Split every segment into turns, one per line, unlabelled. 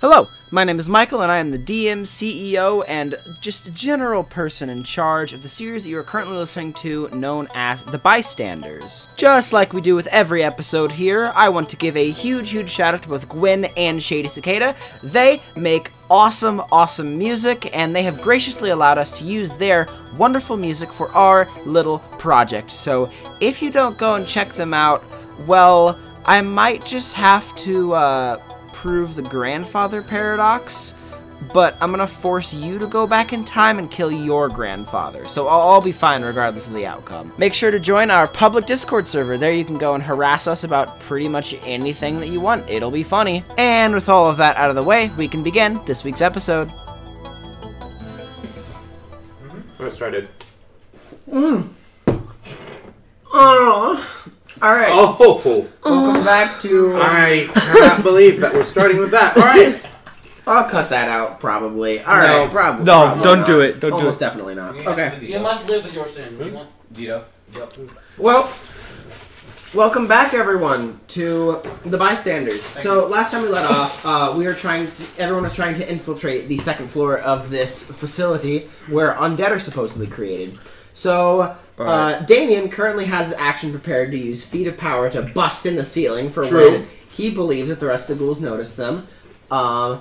Hello, my name is Michael, and I am the DM, CEO, E and just general person in charge of the series that you are currently listening to, known as The Bystanders. Just like we do with every episode here, I want to give a huge, huge shout out to both Gwen and Shady Cicada. They make awesome, awesome music, and they have graciously allowed us to use their wonderful music for our little project. So if you don't go and check them out, well, I might just have to, uh, prove the grandfather paradox, but I'm gonna force you to go back in time and kill your grandfather. So I'll all be fine regardless of the outcome. Make sure to join our public Discord server. There you can go and harass us about pretty much anything that you want. It'll be funny. And with all of that out of the way, we can begin this week's episode.
We're started.
All right,
Oh,
welcome back to.
I cannot believe that we're starting with that. All right.
I'll cut that out probably. All right,
No.
probably.
No,
probably
don't
not.
do it, don't do
Almost
it.
definitely not. Okay.
You must live with your sins. You won't-
Well, welcome back everyone to the bystanders. so last time we let off, uh, we were trying. To, everyone was trying to infiltrate the second floor of this facility where undead are supposedly created. So. Uh, Damien currently has his action prepared to use Feet of Power to bust in the ceiling for
True.
when he believes that the rest of the ghouls notice them. Um,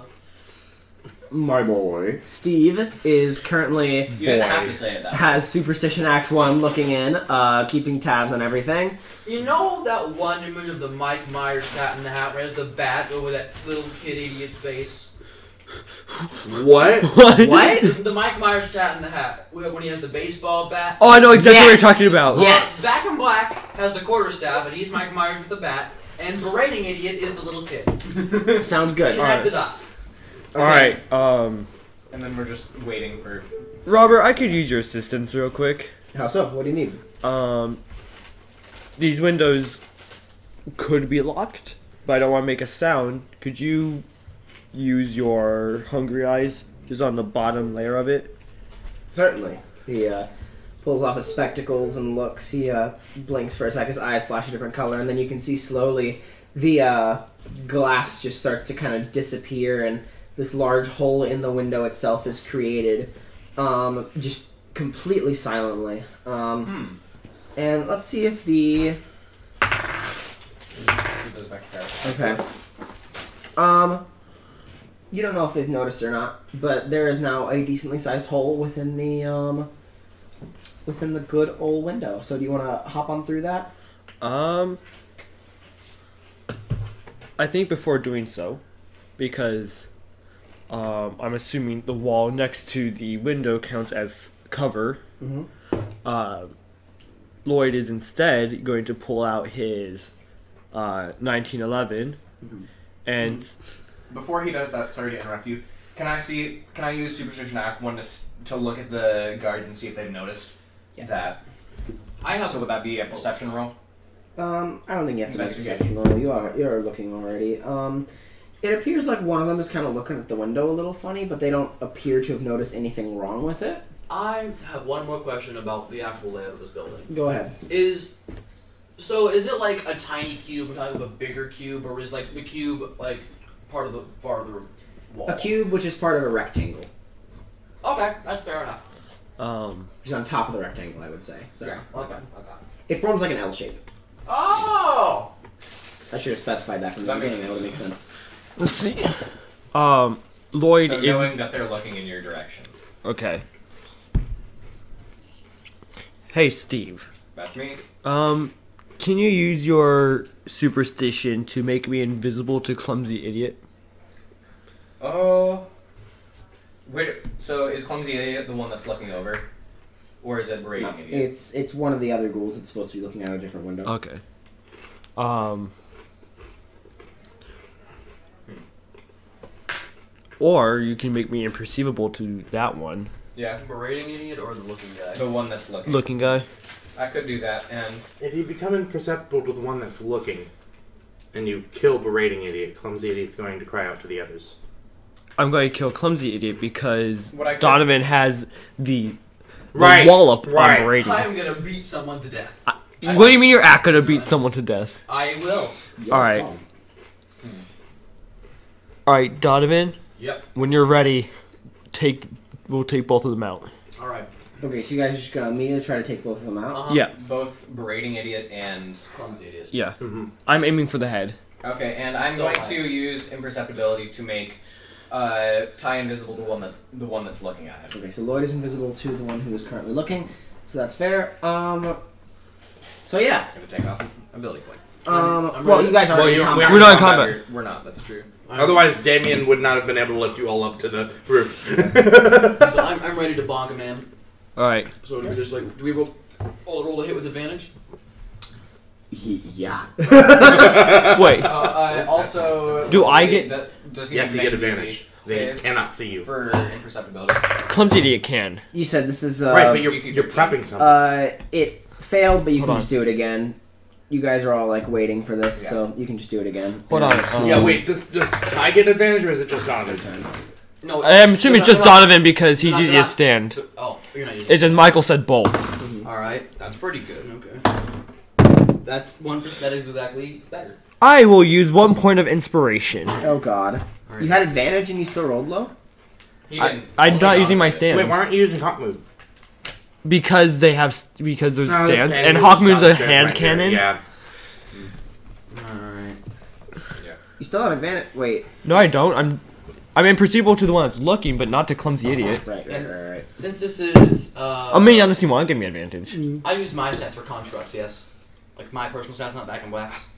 my boy. Steve is currently
You didn't have to say it that.
has Superstition Act 1 looking in, uh, keeping tabs on everything.
You know that one image of the Mike Myers cat in the hat where it has the bat over that little kid idiot's face?
What?
What?
The Mike Myers cat in the hat wh- when he has the baseball bat.
Oh, I know exactly
Yes.
what you're talking about.
Yeah.
Well,
yes.
Back in Black has the quarterstaff and he's Mike Myers with the bat. And berating idiot is the little kid. Connect
Sounds good.
the dots.
All right. Um,
And then we're just waiting for.
Robert, I could use your assistance real quick.
How so? What do you need?
Um, these windows could be locked, but I don't want to make a sound. Could you use your hungry eyes just on the bottom layer of it?
Certainly. He uh, pulls off his spectacles and looks. He uh, blinks for a sec. His eyes flash a different color, and then you can see slowly the uh, glass just starts to kind of disappear, and this large hole in the window itself is created, um, just completely silently. Um, And let's see if the
Put those back there.
Okay. Um, you don't know if they've noticed or not, but there is now a decently sized hole within the um, within the good old window. So do you want to hop on through that?
Um, I think before doing so, because um, I'm assuming the wall next to the window counts as cover.
Mhm.
Uh, Lloyd is instead going to pull out his uh, 1911 and
Mm-hmm. Before he does that, sorry to interrupt you. Can I see? Can I use Superstition Act one to s- to look at the guards and see if they've noticed that?
I have
So would that be a perception roll?
Um, I don't think you have to make a
Investigation.
suggestion roll. You are you are looking already. Um, it appears like one of them is kind of looking at the window a little funny, but they don't appear to have noticed anything wrong with it.
I have one more question about the actual layout of this building.
Go ahead.
is so is it like a tiny cube on top of a bigger cube or is like the cube like part of the farther wall
A cube, which is part of a rectangle,
okay that's fair enough
um,
which is on top of the rectangle, I would say. So
yeah okay okay
it forms like an L shape.
oh
I should have specified that from the
That makes
beginning. That would make sense.
let's see. Um, Lloyd
so
is
knowing that they're looking in your direction.
okay. Hey, Steve.
That's me.
Um, can you use your superstition to make me invisible to clumsy idiot?
Oh. Wait. So is clumsy idiot the one that's looking over, or is it
No,
berating idiot?
it's it's one of the other ghouls that's supposed to be looking out a different window.
Okay. Um. Or you can make me imperceivable to that one
Yeah.
berating idiot or the looking guy
The one that's looking.
looking guy.
I could do that, and
If you become imperceptible to the one that's looking, and you kill berating idiot, clumsy idiot's going to cry out to the others.
I'm going to kill clumsy idiot because
What I could-
Donovan has the, the
Right,
wall up
right.
on Brady.
i'm gonna beat someone to death i,
What do you mean you're not gonna beat someone to death?
will
All right. All right, Donovan.
Yep.
When you're ready, take we'll take both of them out.
All right.
Okay, so you guys are just gonna immediately try to take both of them out.
Uh-huh.
Yeah.
Both berating idiot and
Clumsy idiot.
Yeah.
Mhm.
I'm aiming for the head.
okay, and I'm
So
going
high.
to use imperceptibility to make uh, tie invisible to one that's the one that's looking at him.
Okay, so Lloyd is invisible to the one who is currently looking, so that's fair. Um, so yeah.
I'm gonna take off ability point.
Um,
I'm
well,
ready.
you guys are
Well,
in
you're-
combat.
We're not in combat.
We're, we're not. That's true.
I'm-
Otherwise, Damien would not have been able to lift you all up to the roof.
So I'm, I'm ready to bonk a man.
All right.
So do we just like, do we roll, roll, roll a hit with advantage?
Yeah.
Wait.
Uh, uh, also,
Do I get-
Does, does he
yes, you
make
get
an
advantage.
DC
They
save
cannot see you.
for imperceptibility.
Clumsy idiot can.
You said this is uh,
right, but you're,
DC
you're
13.
prepping something.
uh, it failed, but you
Hold
can
on.
just do it again. You guys are all like waiting for this,
Yeah.
so you can just do it again.
Hold on. um,
yeah, wait, does, does I get advantage or is it just Donovan?
No.
I'm assuming it's
no,
just
no,
Donovan because he's
No, no,
easy
no.
to stand.
no. Oh, you're not using
It's just Michael said both.
All right, that's pretty good. Okay. That's one. per- That is exactly better.
I will use one point of inspiration.
Oh God!
All right.
You had advantage and you still rolled low.
He
I,
didn't-
I'm
only
not
Donovan
using my
did.
stand
Oh Wait, why aren't you using hot move?
because they have s- because there's
No,
stands
stand
and
move
Hawk
is
Moon's
Oh, not
a
stand
hand
right there,
cannon.
Yeah.
All right.
You still have advantage. Wait,
No, I don't. I'm I'm imperceptible to the one that's looking, but not to clumsy idiot.
right, right,
And-
right, right.
Since this is, uh,
I mean, unless you want to give me advantage.
Mm.
I use my stats for constructs. Yes. Like my personal stats, not back and blacks.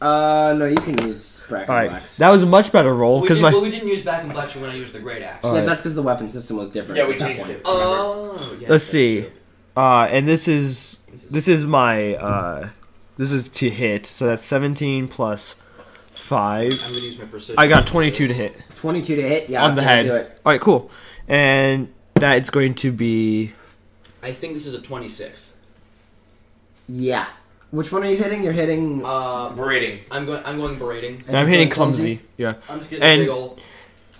Uh, no, you can use bracket
All right,
blacks.
that was a much better roll
We did,
because my Uh,
well, we didn't use back and blacks when I used the great axe.
yeah,
Alright.
that's because the weapon system was different.
Yeah, we
at that
changed
point.
it.
Oh.
Let's
Yes, that's
see.
true.
uh, and this is
This is-
this is my uh, this is to hit. So that's 17 plus five.
I'm gonna use my precision.
I got 22 to hit
Twenty-two to hit. Yeah,
on
that's
the
gonna
head.
Do it.
All right, cool. And that is going to be
I think this is a 26.
Yeah. Which one are you hitting? You're hitting.
Uh,
Berating.
I'm going. I'm going berating.
And
I'm
he's
hitting
going
clumsy. Yeah.
I'm just getting
And
a big ol'.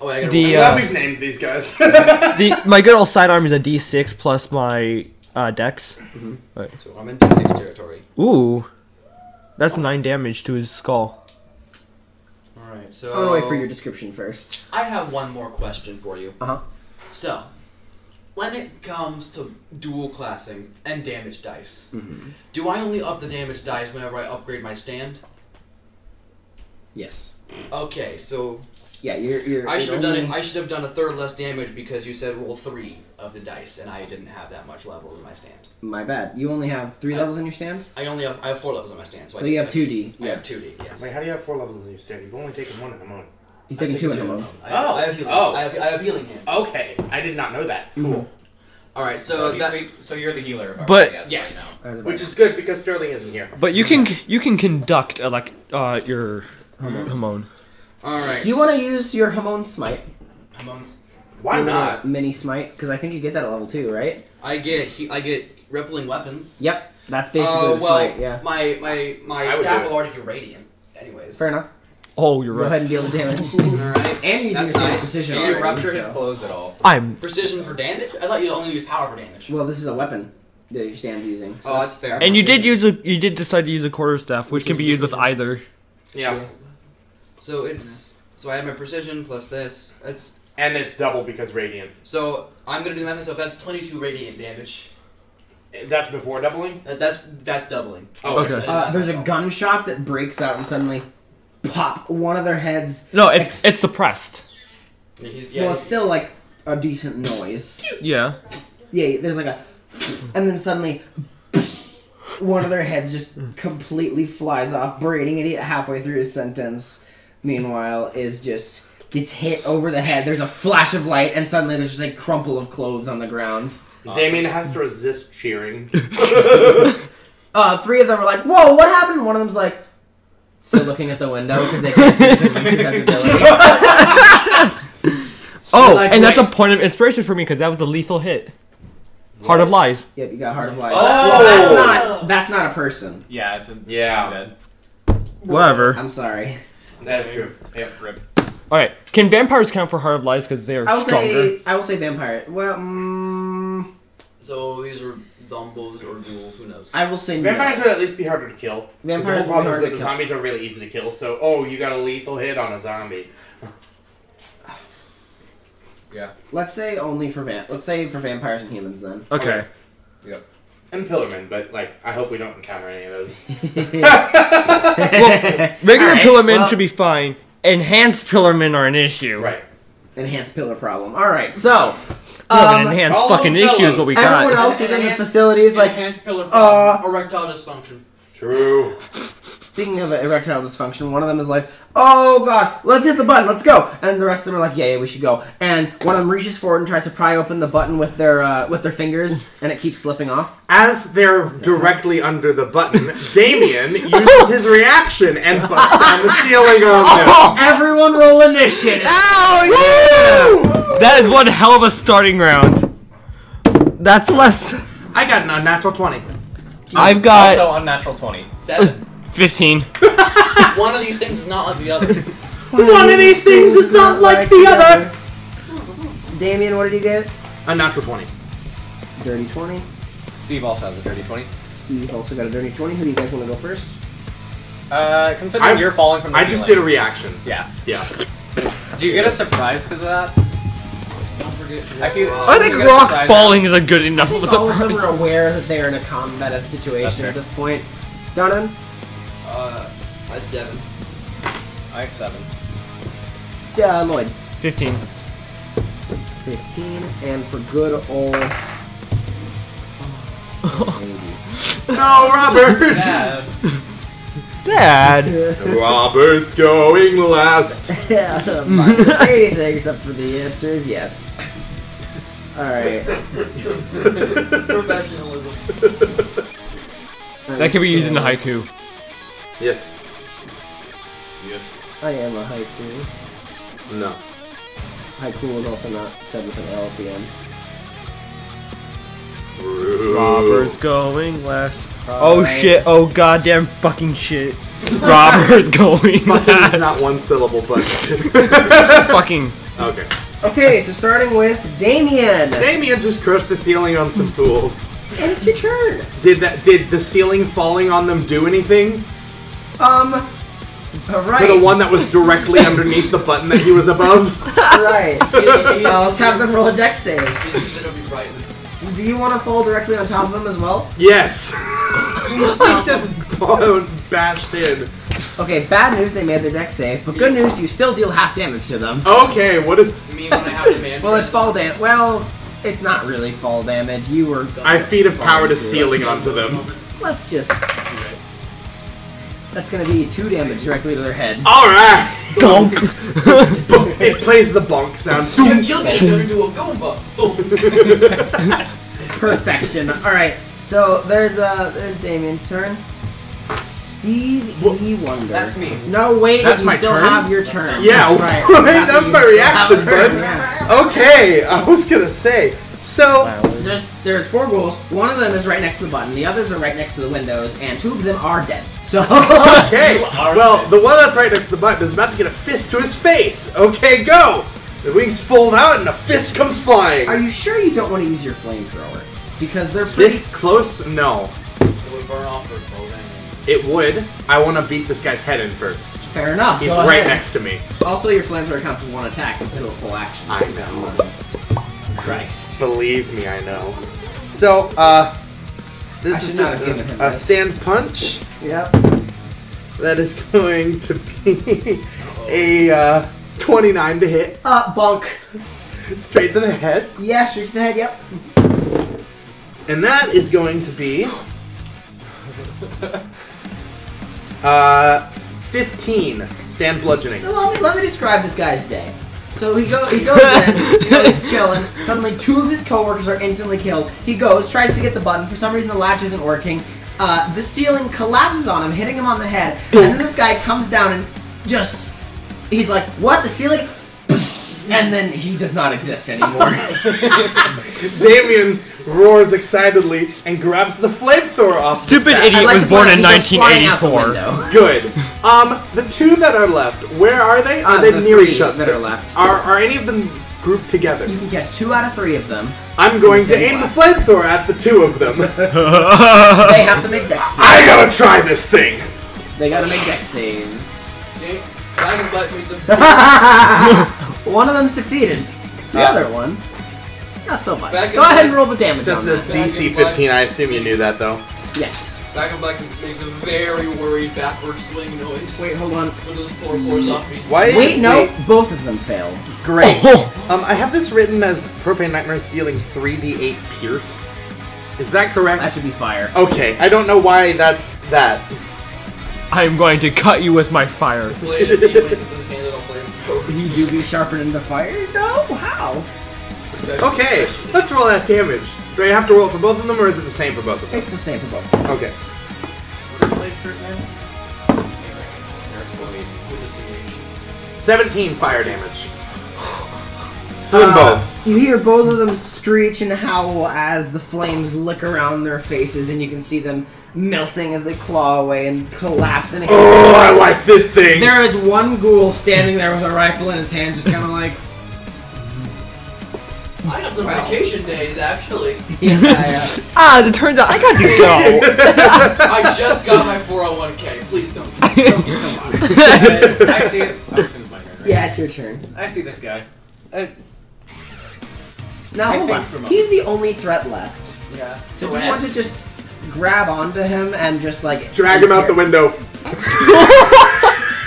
Oh, wait, I gotta
the,
roll.
uh,
Glad we've named these guys.
The my good old sidearm is a D6 plus my uh, dex.
so I'm in D6 territory.
Ooh, that's nine damage to his skull. uh,
All right. So
I'm gonna wait for your description first.
I have one more question for you.
Uh huh.
Uh-huh.
So, when it comes to dual classing and damage dice,
Mm-hmm.
do I only up the damage dice whenever I upgrade my stand?
Yes.
Okay, so
Yeah, you're. you're
I
it
should have done it.
only-
I should have done a third less damage because you said roll three of the dice, and I didn't have that much level in my stand.
My bad. You only have three
I-
levels in your stand.
I only have I have four levels in my stand. So,
So
I
you
I-
have two D.
I
Yeah.
have two D. Yes.
Wait, how do you have four levels in your stand? You've only taken one in a moment.
He's taking
I
two
take
in a
two.
moment.
I have, I have
Oh,
healing.
oh.
I have, I have healing hands.
Okay, I did not know that.
Oh.
Cool.
All right, so
So, he's
that
the- so you're the healer of our
But-
podcast
Yes.
Right
I was about
Which is good because Sterling isn't here.
But you can you can conduct elect uh, your hormone.
all right.
Do you want to use your Hamon Smite?
I'm on s-
Why
Your
not?
Mini Smite, because I think you get that at level 2, right?
I get he, I get rippling weapons.
Yep. That's basically
Uh,
the
well,
Smite, yeah.
My my my
I would
staff
do it.
will already do radiant. Anyways.
Fair enough.
Oh, you're
Go ahead
right.
and deal the damage.
All right.
and you're using
That's
your
nice.
precision
now.
Yeah,
Did
already,
Alright,
you rupture his
so-
clothes at all?
I'm
Precision for damage? I thought you only used power for damage.
Well, this is a weapon that your stand's using. So
oh,
that's-
that's fair.
and you did use a you did decide to use a quarter staff, which can be used with either.
Yeah.
So it's so I have my precision plus this. That's
And it's double because radiant.
so I'm gonna do the math myself. That's 22 radiant damage.
That's before doubling?
That, that's that's doubling.
Oh,
okay.
I did
uh,
that
there's a
myself.
gunshot that breaks out and suddenly pop one of their heads.
No,
Ex-
it's it's suppressed.
Yeah, he's- yeah,
well,
he's-
it's still like a decent noise.
Yeah.
Yeah, there's like a, and then suddenly, one of their heads just completely flies off. Braiding idiot halfway through his sentence, meanwhile is just gets hit over the head. There's a flash of light, and suddenly there's just a crumple of clothes on the ground.
Damien has to resist cheering.
Uh, three of them are like, "Whoa, what happened?" One of them's like, still looking at the window because they can't see because of imperceptibility.
Oh,
like,
and that's a
wait.
point of inspiration for me because that was a lethal hit. Heart of Lies.
Yep, you got heart of life.
Oh!
Well, that's not that's not a person.
Yeah, it's a
Yeah.
Dead.
Whatever.
I'm sorry.
That's true.
Yep, rip.
All right. Can vampires count for Heart of Lies because they are
I will
stronger?
say I will say vampire. Well, mm,
So these are zombos or ghouls. Who knows?
I will say no.
Vampires would at least be harder to kill. 'Cause
Vampires
the
would
whole problem
be
is
hard
that
to
the
kill.
zombies are really easy to kill, so, oh, you got a lethal hit on a zombie.
Yeah.
Let's say only for van. Let's say for vampires and humans then.
Okay.
And Pillarman, but like, I hope we don't encounter any of those.
well, regular
Alright,
Pillarman
well-
should be fine. Enhanced Pillarmen are an issue.
Right.
Enhanced pillar problem. All right, so
We have an
um,
enhanced
all
fucking
fellows.
issue is what we
everyone
got.
else within the facilities like
hand pillar
uh,
problem, erectile dysfunction.
True.
Speaking of erectile dysfunction, one of them is like, "Oh God, let's hit the button, let's go," and the rest of them are like, "Yeah, yeah, we should go." And one of them reaches forward and tries to pry open the button with their uh, with their fingers, and it keeps slipping off.
As they're directly under the button, Damien uses his reaction and busts on the ceiling of them.
Everyone roll initiative.
That is one hell of a starting round. That's less.
I got an unnatural 20.
I've got
also unnatural twenty.
Seven.
15.
One of these things is not like the other.
One of these things is not like the other.
Damien, what did you get?
Unnatural 20.
Dirty twenty.
Steve also has a dirty twenty.
Steve also got a dirty twenty. Who do you guys want to go first?
Uh, considering
I've-
you're falling from the
I just did a
ceiling.
reaction.
Yeah.
Yeah.
Do you get a surprise because of that?
Don't forget. your
I feel-
roll.
I think
You got a
rocks
surprise.
falling is a good enough
I
of a
think all of them
surprise.
are aware that they're in a combative
That's
situation
fair.
at this point. Donovan,
Uh, I seven.
I seven.
St- uh, Lloyd,
15.
fifteen, and for good old.
No, Robert.
Dad.
Robert's going last.
Yeah, I'm not gonna say anything except for the answer is yes. Alright.
Professionalism.
That could be used in a haiku.
yes.
Yes.
I am a haiku.
No.
Haiku is also not said with an L at the end.
Robert's
Robert's.
going last. Oh
Alright.
shit, oh goddamn fucking shit. Robert's going
It's
last.
not one syllable, but.
fucking.
okay.
Okay, so starting with Damien!
Damien just crushed the ceiling on some fools.
and it's your turn!
Did that? Did the ceiling falling on them do anything
Um. Alright.
to the one that was directly underneath the button that he was above?
Right.
He- he- he-
Uh, let's have them roll a dex save.
he's considered to be frightened.
Do you want to fall directly on top of them as well?
Yes. I just bo- bashed in.
Okay, bad news they made their dex save, but good news you still deal half damage to them.
Okay. What is?
You mean when I have the man?
Well, it's fall damage. Well, it's not really fall damage. You were.
I feet of power to ceiling onto them.
Let's just. That's gonna be two damage directly to their head.
All right.
Donk.
It plays the bonk sound.
You, you'll get it into a goomba.
Perfection. All right. So there's uh there's Damien's turn. Steve E. Wonder.
That's me.
No, wait.
That's
you
my
still
turn?
have your turn.
Yeah,
That's
right.
right.
that was my
You still have a
reaction,
turn,
bud.
yeah.
Okay, I was gonna say. So
There's there's four ghouls. One of them is right next to the button. The others are right next to the windows, and two of them are dead. So
okay, well the one that's right next to the button is about to get a fist to his face. Okay, go. The wings fold out and a fist comes flying.
Are you sure you don't want to use your flamethrower? Because they're pretty.
this close? No,
It would burn off her clothing.
it would. I want to beat this guy's head in first.
Fair enough.
He's
Go
right
ahead.
next to me.
Also, your flamethrower counts as one attack instead of a full action.
I know.
Christ.
Believe me, I know. So, uh,
I
this
should
is
not
just
have given him
a, a
this.
stand punch
Yep.
that is going to be a uh, 29 to hit,
Uh, bonk.
straight to the head.
Yeah, straight to the head. Yep.
And that is going to be uh, 15 stand bludgeoning.
So let me let me describe this guy's day. So he goes he goes in, you know, he's chilling. Suddenly, two of his coworkers are instantly killed. He goes, tries to get the button. For some reason, the latch isn't working. Uh, the ceiling collapses on him, hitting him on the head. And then this guy comes down and just he's like, "What? The ceiling?" And then he does not exist anymore.
Damien roars excitedly and grabs the flamethrower off. this
Stupid
guy.
idiot
I'd like
was
to
born
point
in
out he goes flying out the
1984.
window.
Good. Um, the two that are left, where are they? Are
Uh,
they
the
near
three
each other?
that are left.
Are, are any of them grouped together?
You can catch two out of three of them.
I'm going to
Same
aim the
class.
flamethrower at the two of them.
They have to make dex saves.
I gotta try this thing.
They gotta make dex saves.
Dang, that can let me some.
One of them succeeded. The
Yeah.
other one, not so much.
Back
Go
in
ahead
black.
and roll the damage
Since
on
it's
that.
a DC 15, I assume you knew that though.
Yes.
Back in Black makes a very worried backward swing noise.
Wait, hold on.
for those poor, poor zombies.
Why?
Wait, no, both of them failed.
Great. Um, I have this written as Propane Nightmares dealing 3d8 pierce. Is that
That
correct?
should be fire.
Okay, I don't know why that's that.
I am going to cut you with my fire.
Blade of Demon with his hand on a
Oh.
flamethrower.
You do be sharpened into fire? No, how?
Especially-
Okay,
especially-
let's roll that damage. Do I have to roll it for both of them, or is it the same for both of them?
It's the same for both.
Okay.
Blade's first name?
With a CH.
17 fire damage. To them
Uh,
both.
You hear both of them screech and howl as the flames lick around their faces, and you can see them melting as they claw away and collapse. And
Oh, I like this thing!
there is one ghoul standing there with a rifle in his hand, just kind of like,
I got some vacation days, actually.
yeah, yeah.
Ah, as it turns out, I got to go.
I just got my 401k. Please don't.
I see it. Oh, it's in my turn, right?
yeah, it's your turn.
I see this guy. Uh,
Now
I
hold
think
on.
for a moment.
He's the only threat left.
Yeah.
So we want to just grab onto him and just like
Drag him out the
window.
window.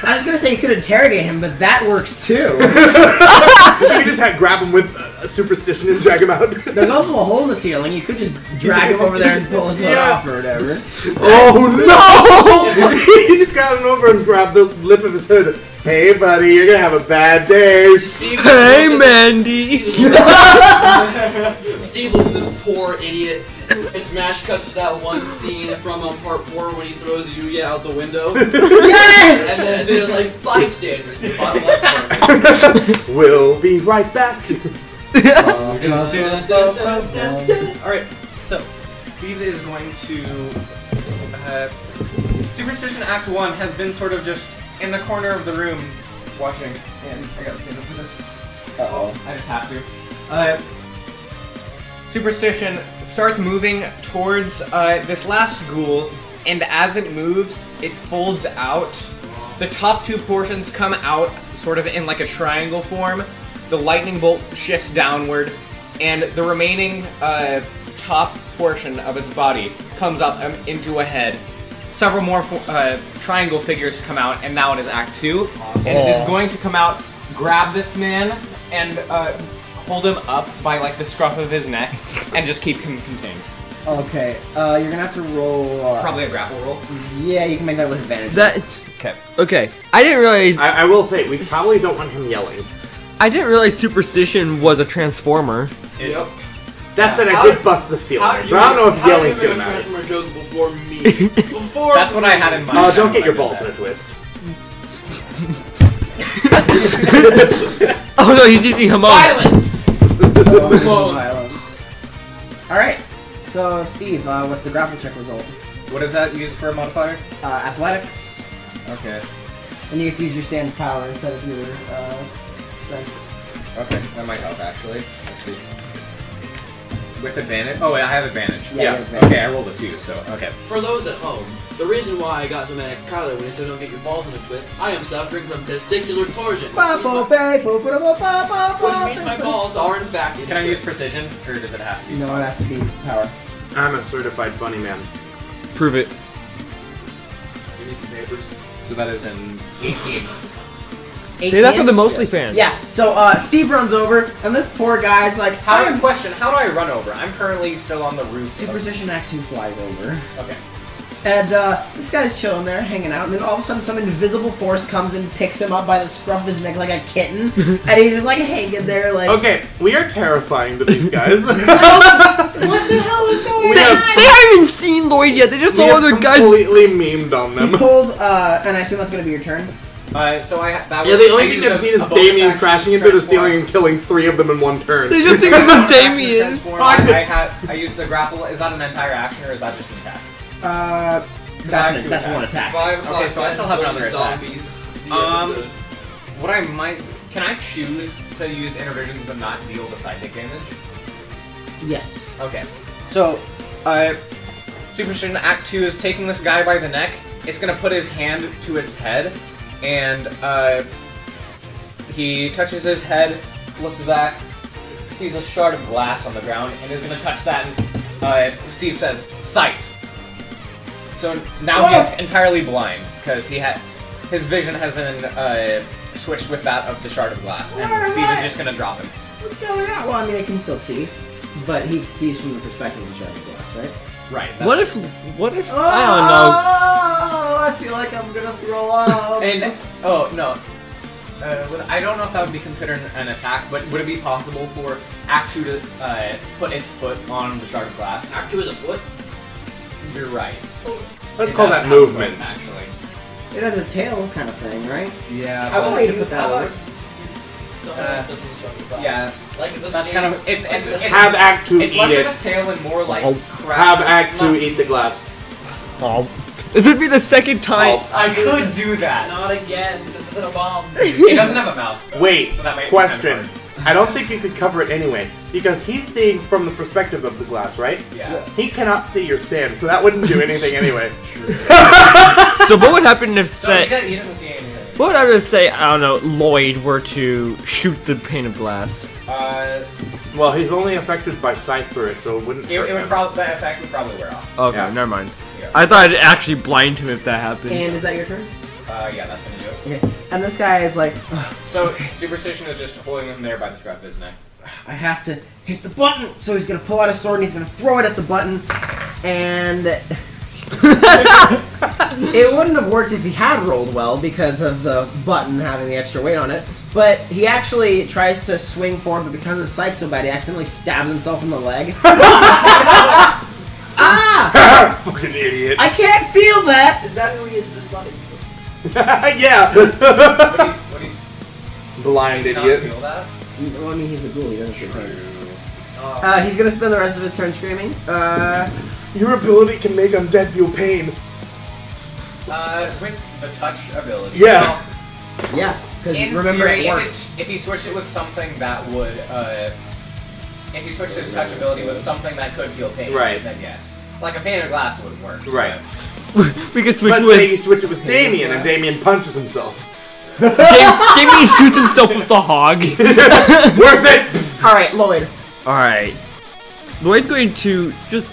I was gonna say you could interrogate him, but that works too.
you can just ha- grab him with uh, superstition and drag him out.
There's also a hole in the ceiling. You could just drag him over there and pull his hood
Yeah.
off or whatever.
oh no! you just grab him over and grab the lip of his hood. Hey, buddy, you're gonna have a bad day.
Steve
hey,
looks at
Mandy.
this- Steve looks- Steve looks at this poor idiot. It smash cuts to that one scene from um, part four when he throws Yuya out the window. And
Yes!
then they're like bystanders. in the bottom left corner.
We'll be right back.
Uh, Alright, so Steve is going to. Uh, Superstition Act 1 has been sort of just in the corner of the room watching, and I gotta save up for this. Uh oh. I just have to. Uh, Superstition starts moving towards uh, this last ghoul, and as it moves, it folds out. The top two portions come out sort of in like a triangle form. The lightning bolt shifts downward, and the remaining uh, top portion of its body comes up um, into a head. Several more fo- uh, triangle figures come out, and now it is Act Two, and it is going to come out, grab this man, and uh, hold him up by like the scruff of his neck, and just keep him contained.
Okay, uh, you're gonna have to roll. Uh,
Probably a grapple roll.
Yeah, you can make that with advantage.
That.
Okay.
Okay. I didn't realize.
I, I will say, we probably don't want him yelling.
I didn't realize superstition was a transformer.
Yep.
That's it, I
How
did
did-
bust the ceiling.
How do you
So I don't know if
how do you
yelling's
make a
gonna matter.
Transformer joke before me. Before
That's what I had in mind.
Uh, don't get your
Something
balls in
like
a
that.
twist.
Oh no, he's using Hamon.
Violence.
Oh, this is
Whoa.
violence. All right. So Steve, uh, what's the grapple check result?
What is that used for a modifier?
Uh, athletics,
Okay.
and you get to use your stand power instead of your. Uh, strength.
Okay, that might help actually. Let's see. With advantage? Oh wait, I have advantage.
Yeah, you have advantage.
Okay, I rolled a two, so okay.
For those at home, the reason why I got so mad at Kyler when he said don't get your balls in a twist, I am suffering from testicular torsion.
Ba, bo,
Which
ba, bo, ba, da, bo, ba, ba, ba,
means my
ba,
balls are in fact in
Can I use
twists.
precision, or does it have to
ba.
be?
No, it has to be power.
I'm a certified funny man.
Prove it.
Give me some papers.
So that is in 18.
Say that for
18?
the mostly
Yes.
fans.
Yeah. So uh, Steve runs over, and this poor guy's like, "How
How
am
do question? How do I run over? I'm currently still on the roof.
Superstition Act 2 flies over.
Okay.
And uh, this guy's chilling there, hanging out, and then all of a sudden some invisible force comes and picks him up by the scruff of his neck like a kitten. and he's just like hanging there like,
Okay, we are terrifying to these guys.
what the hell is going
We
They,
have-
they
on?
haven't seen Lloyd yet. They just
we
saw
have
other guys.
completely memed on
He
them.
pulls, uh, and I assume that's going to be your turn.
Uh, so I that
Yeah,
was-
the
I
only thing
used
they've
a-
seen is
a bonus
Damien
action
crashing
to
into the
transform.
ceiling and killing three of them in one turn.
They just think
Bonus
this is
action to
Damien.
transform.
Fuck
I, I had I used the grapple. Is that an entire action or is that just an attack?
Uh, that's,
two
an, that's
attacks.
one attack.
Five
Okay,
hot
so I
guys
still have
putting
another attack.
zombies. The
Um,
episode.
What I might can I choose to use intervisions but not deal the psychic damage?
Yes.
Okay. So, uh, Superstition Act 2 is taking this guy by the neck. It's gonna put his hand to its head, and, uh, he touches his head, looks back, sees a shard of glass on the ground and is going to touch that. And uh, Steve says, "Sight." So now he's entirely blind because he had his vision has been uh, switched with that of the shard of glass, and Steve is just going to drop him.
What's going on? Well, I mean, I can still see, but he sees from the perspective of the shard of glass, right?
Right. that's-
What if? What if? I
Oh, I feel like I'm gonna throw up.
And oh no, uh, would- I don't know if that would be considered an attack, but would it be possible for Act Two to uh, put its foot on the shard of glass?
Act two is a foot.
You're right.
Let's
It
call that
doesn't have a foot,
movement.
actually.
it has a tail kind of thing, right?
Yeah.
How
but-
about
way to
you-
put that
how about
over.
Some of
Uh,
the stuff from Shark Box?
yeah,
Like this
that's
game-
kind of it's
like
it's,
this
it's,
Have Act Two
it's
eat
less of a
it.
tail and more like
Oh.
crap.
Have Act Two
Not-
eat the glass.
don't know. Oh, this would be the second time.
Oh,
I could do that.
Not again. This isn't a bomb.
It doesn't have a mouth. though,
Wait,
so that might be kind
question.
of
I don't think you could cover it anyway because he's seeing from the perspective of the glass, right?
hard. yeah.
He cannot see your stand, so that wouldn't do anything anyway.
so what would happen if
So he
say?
doesn't, he doesn't see anything.
What would happen if say? I don't know. Lloyd were to shoot the pane of glass.
Uh,
Well, he's only affected by sight through it, so it wouldn't.
it, it would
hurt
probably that effect would probably wear off.
Okay,
Yeah.
never mind.
Yeah.
I thought it'd actually blind him if that happened.
And is that your turn?
Uh, yeah, that's gonna do it.
Okay. And this guy is like, "Ugh,
So superstition is just holding him there by the scruff of his neck.
I have to hit the button. So he's gonna pull out a sword and he's gonna throw it at the button, and it wouldn't have worked if he had rolled well because of the button having the extra weight on it. But he actually tries to swing forward, but because his sight's so bad, he accidentally stabs himself in the leg. ah!
Fucking idiot.
I can't feel that.
Is that who he is this money?
What do
yeah.
you, what do you,
Blind
do you not
idiot.
feel that?
Well, I mean, he's a ghoul. He doesn't shoot Uh, he's gonna spend the rest of his turn screaming. Uh,
Your ability can make undead feel pain.
Uh, with the touch ability.
Yeah.
yeah, because
In
remember
theory,
it
if,
worked.
it, if he switched it with something that would, uh, if he switched his touch ability with something that could feel pain,
Right.
then yes. Like a pane of glass wouldn't work.
Right.
we could switch
Let's say you
with.
switch it with Damien, and Damien punches himself.
Dam- Damien shoots himself with the hog.
Worth it.
All right, Lloyd.
All right. Lloyd's going to just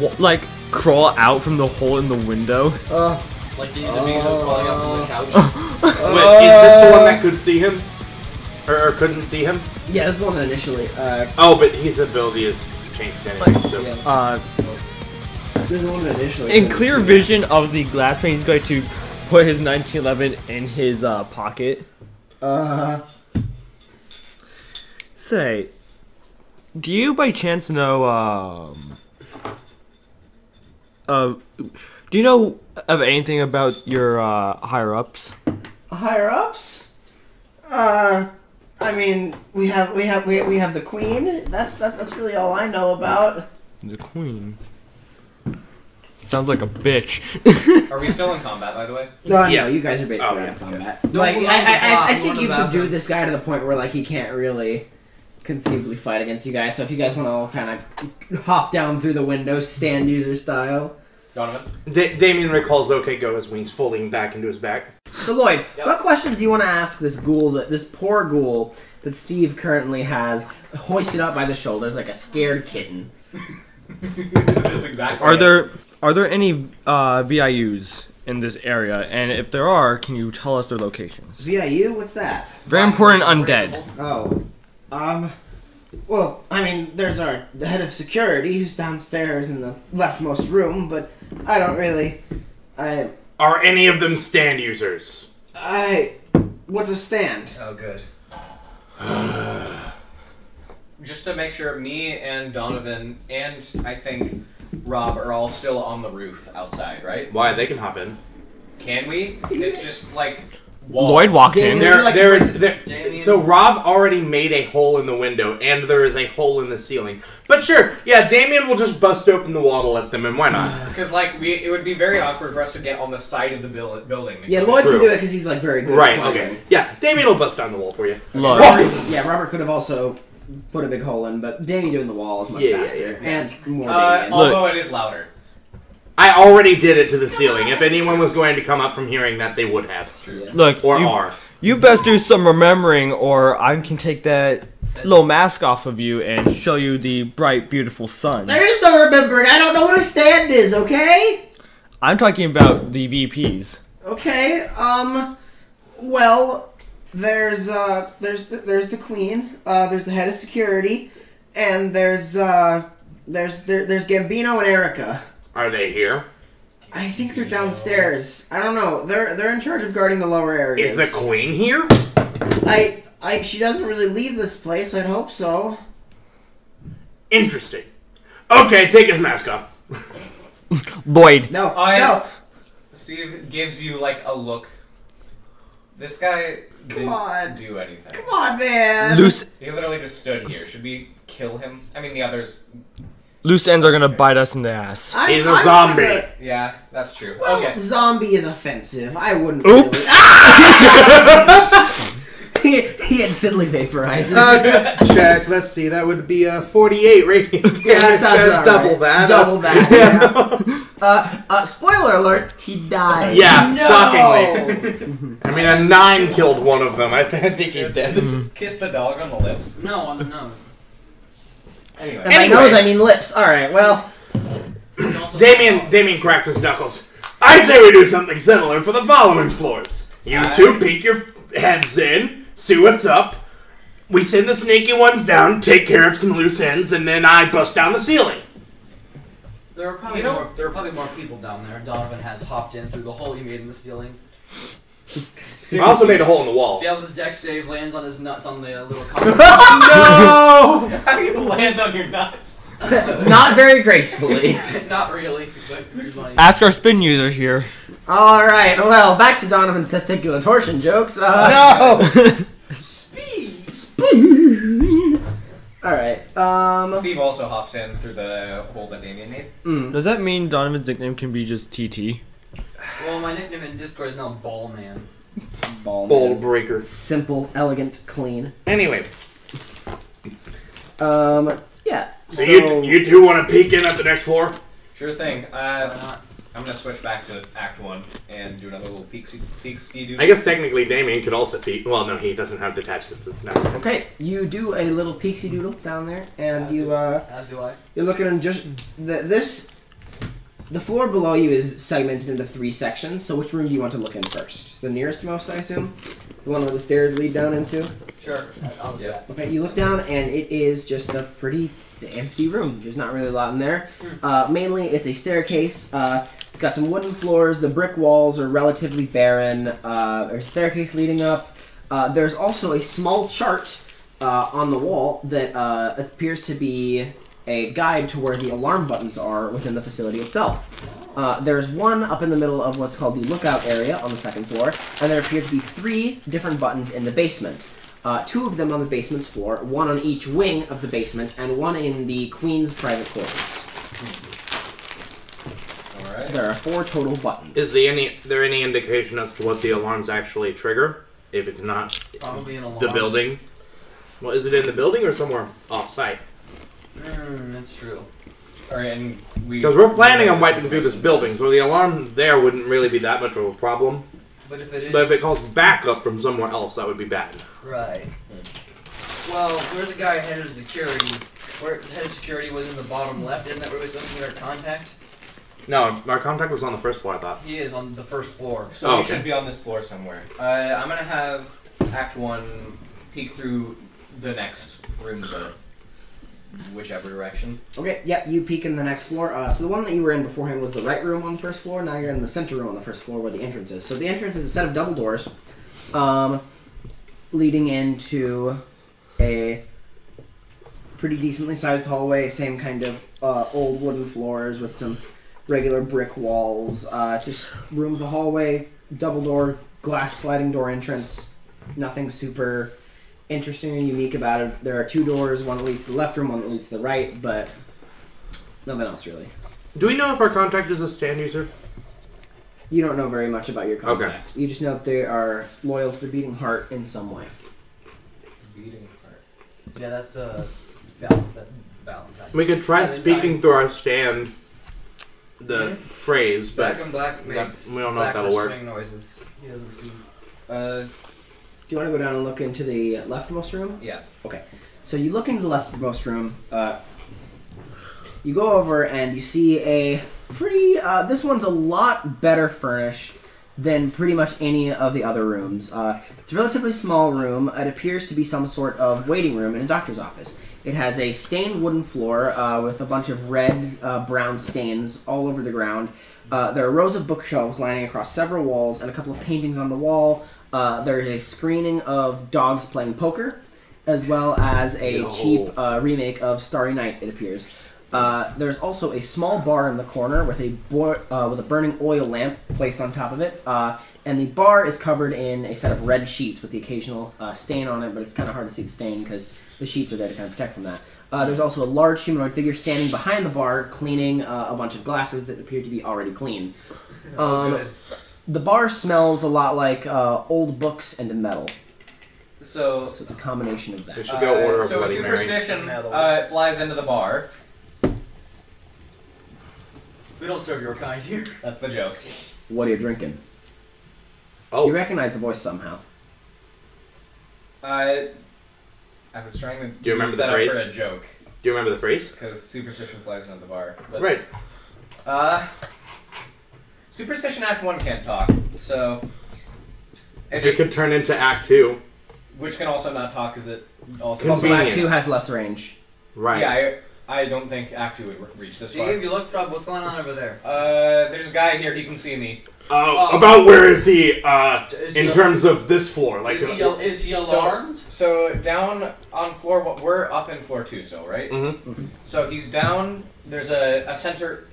wa- like crawl out from the hole in the window.
Uh,
Like the individual crawling up from the couch.
Wait, is this
Uh.
the one that could see him, or, or couldn't see him?
yeah, this is the one that initially. Uh,
Oh, but his ability is changed anyway. So.
yeah,
Uh,
this is the one that initially.
in clear vision of the glass pane, he's going to put his 1911 in his uh, pocket.
Uh,
Say, do you by chance know um um do you know of anything about your uh, higher ups?
higher ups. Uh, I mean, we have we have we, we have the queen. That's that's that's really all I know about.
The queen. Sounds like a bitch.
Are we still in combat, by the way?
No, I
Yeah.
know you guys are basically
Oh,
out
yeah.
of combat.
Don't
Like, I,
go
I,
out the
I,
block,
I
go
think
to
you've
the
subdued
bathroom.
this guy to the point where like he can't really conceivably fight against you guys. So if you guys want to all kind of hop down through the window, stand user style.
Donovan?
Da- Damien recalls OK Go his wings folding back into his back.
So Lloyd,
Yep.
what questions do you want to ask this ghoul, that this poor ghoul that Steve currently has hoisted up by the shoulders like a scared kitten?
That's exactly.
Are
it.
there are there any uh, VIUs in this area? And if there are, can you tell us their locations?
Via you, what's that?
Very important undead.
Oh, um, well, I mean, there's our the head of security who's downstairs in the leftmost room, but I don't really, I,
Are any of them stand users?
I, what's a stand?
Oh, good.
Just to make sure, me and Donovan and I think Rob are all still on the roof outside, right?
Why they can hop in?
Can we? It's just like wall.
Lloyd walked
Damien-
in.
There,
Would you like
there
to-
is. There,
Damien-
so Rob already made a hole in the window, and there is a hole in the ceiling. But sure, yeah, Damien will just bust open the wall to let them in. Why not?
Because like we, it would be very awkward for us to get on the side of the buil- building.
Yeah, Lloyd
True.
can do it because he's like very good. at
right.
climbing.
Okay. Yeah, Damien will bust down the wall for you.
Lloyd.
Yeah, Robert could have also put a big hole in, but Danny doing the wall is much
Yeah, yeah,
faster
yeah.
and more.
Uh,
Damien.
although it is louder.
I already did it to the ceiling. If anyone was going to come up from hearing that, they would have.
Look,
Or
you,
are.
you best do some remembering, or I can take that little mask off of you and show you the bright, beautiful sun.
There is no remembering. I don't know what a stand is. Okay.
I'm talking about the VPs.
Okay. Um. Well, there's uh, there's the, there's the queen. Uh, there's the head of security, and there's uh, there's there, there's Gambino and Erica.
Are they here?
I think they're downstairs. I don't know. They're they're in charge of guarding the lower areas.
Is the queen here?
I I she doesn't really leave this place. I'd hope so.
Interesting. Okay, take his mask off.
Lloyd.
No.
I-
no.
Steve gives you like a look. This guy didn't
on.
do anything.
Come on, man.
Loose
He literally just stood here. Should we kill him? I mean, the others.
loose ends are gonna bite us in the ass.
I'm-
He's a
I'm
zombie.
gonna-
Yeah, that's true.
Well,
okay.
zombie is offensive. I wouldn't.
Oops.
Really. he instantly vaporizes.
Uh, just check. Let's see. That would be uh, 48 radiant damage.
yeah, that sounds about
double
right.
that.
Double that. Yeah.
Yeah.
uh, uh, spoiler alert: he died.
Yeah,
No!
shockingly. I mean, a nine killed one of them. I, th- I think he's dead.
Just kiss the dog on the lips.
No, on the nose.
Anyway.
And by
Anyway.
nose, I mean lips. All right. Well,
It's also-
Damien, Damien cracks his knuckles. I say we do something similar for the following floors. You two peek your heads in, see what's up. We send the sneaky ones down, take care of some loose ends, and then I bust down the ceiling.
There are probably
You know-
more. There are probably more people down there. Donovan has hopped in through the hole he made in the ceiling.
I also made a hole in the wall.
Fails his deck save, lands on his nuts on the little. concrete.
No!
How do you land on your nuts?
not very gracefully.
Not really, but pretty funny.
Ask our spin user here.
All right. Well, back to Donovan's testicular torsion jokes. Uh,
No.
Spoon. All right. Um.
Steve also hops in through the hole that Damien made.
Does that mean Donovan's nickname can be just TT?
Well, my nickname in Discord is now Ball Man.
Ball.
Bowl breaker.
Simple, elegant, clean.
Anyway,
Um. Yeah.
so, you, you two want to peek in at the next floor?
Sure thing.
Why
Uh,
not?
I'm gonna switch back to Act One and do another little peek peek ski doo.
I guess technically Damien could also peek. Well, no, he doesn't have detached senses now.
Okay, you do a little peeksy doodle down there, and
As
you
do-
uh,
As do I.
you're looking and just the, this. The floor below you is segmented into three sections. So which room do you want to look in first? The nearest most, I assume. The one where the stairs lead down into.
Sure. I'll do
Yeah.
that.
Okay, you look down, and it is just a pretty empty room. There's not really a lot in there. Uh, mainly, it's a staircase. Uh, it's got some wooden floors. The brick walls are relatively barren. Uh, there's a staircase leading up. Uh, there's also a small chart uh, on the wall that uh, appears to be a guide to where the alarm buttons are within the facility itself. Uh, there's one up in the middle of what's called the lookout area on the second floor, and there appear to be three different buttons in the basement. Uh, two of them on the basement's floor, one on each wing of the basement, and one in the queen's private quarters.
Hmm. All
So
right.
there are four total buttons.
Is the any there any indication as to what the alarms actually trigger? If it's not
Probably an alarm.
the building, well, is it in the building or somewhere off-site?
Mm, that's true.
All right, and we.
Because we're planning on wiping through this building, so the alarm there wouldn't really be that much of a problem.
But if it is
But if it calls backup from somewhere else, that would be bad.
right. Well, there's a guy head of security. Where the head of security was in the bottom left, isn't that where we're supposed to get our contact?
No, our contact was on the first floor. I thought.
He is on the first floor.
So
Oh,
we
okay.
should be on this floor somewhere. Uh, I'm gonna have Act One peek through the next room to whichever direction.
Okay, yep, you peek in the next floor. Uh, so the one that you were in beforehand was the right room on the first floor. Now you're in the center room on the first floor where the entrance is. So the entrance is a set of double doors um, leading into a pretty decently sized hallway, same kind of uh, old wooden floors with some regular brick walls. Uh, it's just room of the hallway, double door, glass sliding door entrance. Nothing super interesting or unique about it. There are two doors, one that leads to the left room, one that leads to the right, but nothing else really.
Do we know if our contact is a stand user?
You don't know very much about your contact. You just know that they are loyal to the beating heart in some way.
Beating heart.
Yeah, that's uh, val- that Valentine.
We could try
Yeah, it's
speaking
ice.
through our stand,
Hmm?
the phrase,
Black
but
and black
that-
makes
we don't know if that'll
backward
work.
swing noises. He doesn't speak.
Uh,
Do you want to go down and look into the leftmost room?
yeah.
So you look into the leftmost room. Uh, you go over and you see a pretty. Uh, this one's a lot better furnished than pretty much any of the other rooms. Uh, it's a relatively small room. It appears to be some sort of waiting room in a doctor's office. It has a stained wooden floor uh, with a bunch of red, uh, brown stains all over the ground. Uh, there are rows of bookshelves lining across several walls and a couple of paintings on the wall. Uh, there is a screening of dogs playing poker, as well as a
Yo.
cheap uh, remake of Starry Night. It appears. Uh, there's also a small bar in the corner with a bo- uh, with a burning oil lamp placed on top of it, uh, and the bar is covered in a set of red sheets with the occasional uh, stain on it, but it's kind of hard to see the stain because the sheets are there to kind of protect from that. Uh, there's also a large humanoid figure standing behind the bar, cleaning uh, a bunch of glasses that appear to be already clean. Um, the bar smells a lot like uh, old books and metal,
So
so it's a combination of
We
that.
should go
Uh,
order a
so
Bloody Mary.
superstition uh, flies into the bar.
We don't serve your kind here.
That's the joke.
What are you drinking? You
Oh,
recognize the voice somehow.
Uh, I was trying to
Do you remember the
set
phrase?
up for a joke
do you remember the phrase?
because superstition flies into the bar. But,
Right.
Uh, superstition Act One can't talk, so it
It
just,
could turn into Act Two.
which can also not talk is it also
Well,
Convenient.
Black 2 has less range.
Right.
yeah. I, I don't think Act Two would re- reach this
Steve,
far.
you look trouble. What's going on over there?
Uh, there's a guy here. He can see me.
Uh,
Oh.
about where is he uh,
Is
in
he-
terms of this floor? Like, uh,
Is he, al- is he alarmed?
So down on floor, one- we're up in floor two still, right?
Mhm.
So he's down. There's a, a center.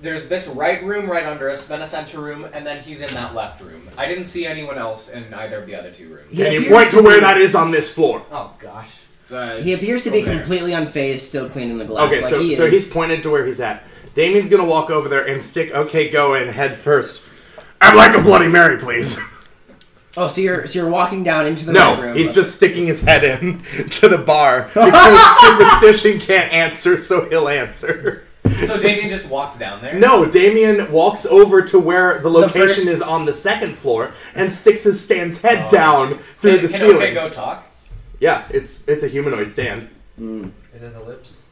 There's this right room right under us, then a center room, and then he's in that left room. I didn't see anyone else in either of the other two rooms.
can
He
you point to
appears
where
be-
that is on this floor?
Oh gosh.
So
He appears to be
over there.
completely unfazed, still cleaning the glass.
Okay,
like
so,
he
so
is.
he's pointed to where he's at. Damien's gonna walk over there and stick okay go in head first. I'd like a Bloody Mary, please.
Oh, so you're so you're walking down into the red
no,
room.
he's just sticking his head in to the bar because superstition can't answer, so he'll answer.
So Damien just walks down there.
No, Damien walks over to where the location
first-
is on the second floor and sticks his stand's head
Oh,
down through
Can,
the
can
ceiling.
okay go talk?
Yeah, it's it's a humanoid stand.
It has a lips.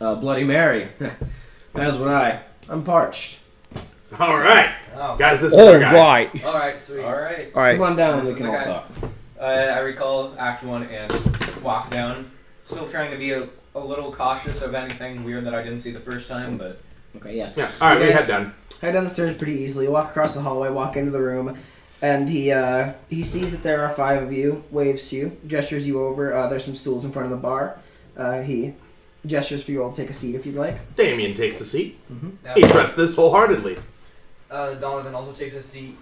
uh, Bloody Mary. That's what I. I'm parched.
All right,
Oh.
guys, this is
All
our guy.
right.
All right, sweet.
All right.
All right.
Come on down,
This
we
is
can
the
all
guy.
talk.
Uh, I recall Act One and walk down. Still trying to be a, a little cautious of anything weird that I didn't see the first time, but
Okay, yeah.
Yeah, all right, we
Guys-
head down.
Head down the stairs pretty easily. Walk across the hallway. Walk into the room, and he uh, he sees that there are five of you. Waves to you. Gestures you over. Uh, there's some stools in front of the bar. Uh, he gestures for you all to take a seat if you'd like.
Damien takes a seat.
Now,
He trusts this wholeheartedly.
uh, Donovan also takes a seat,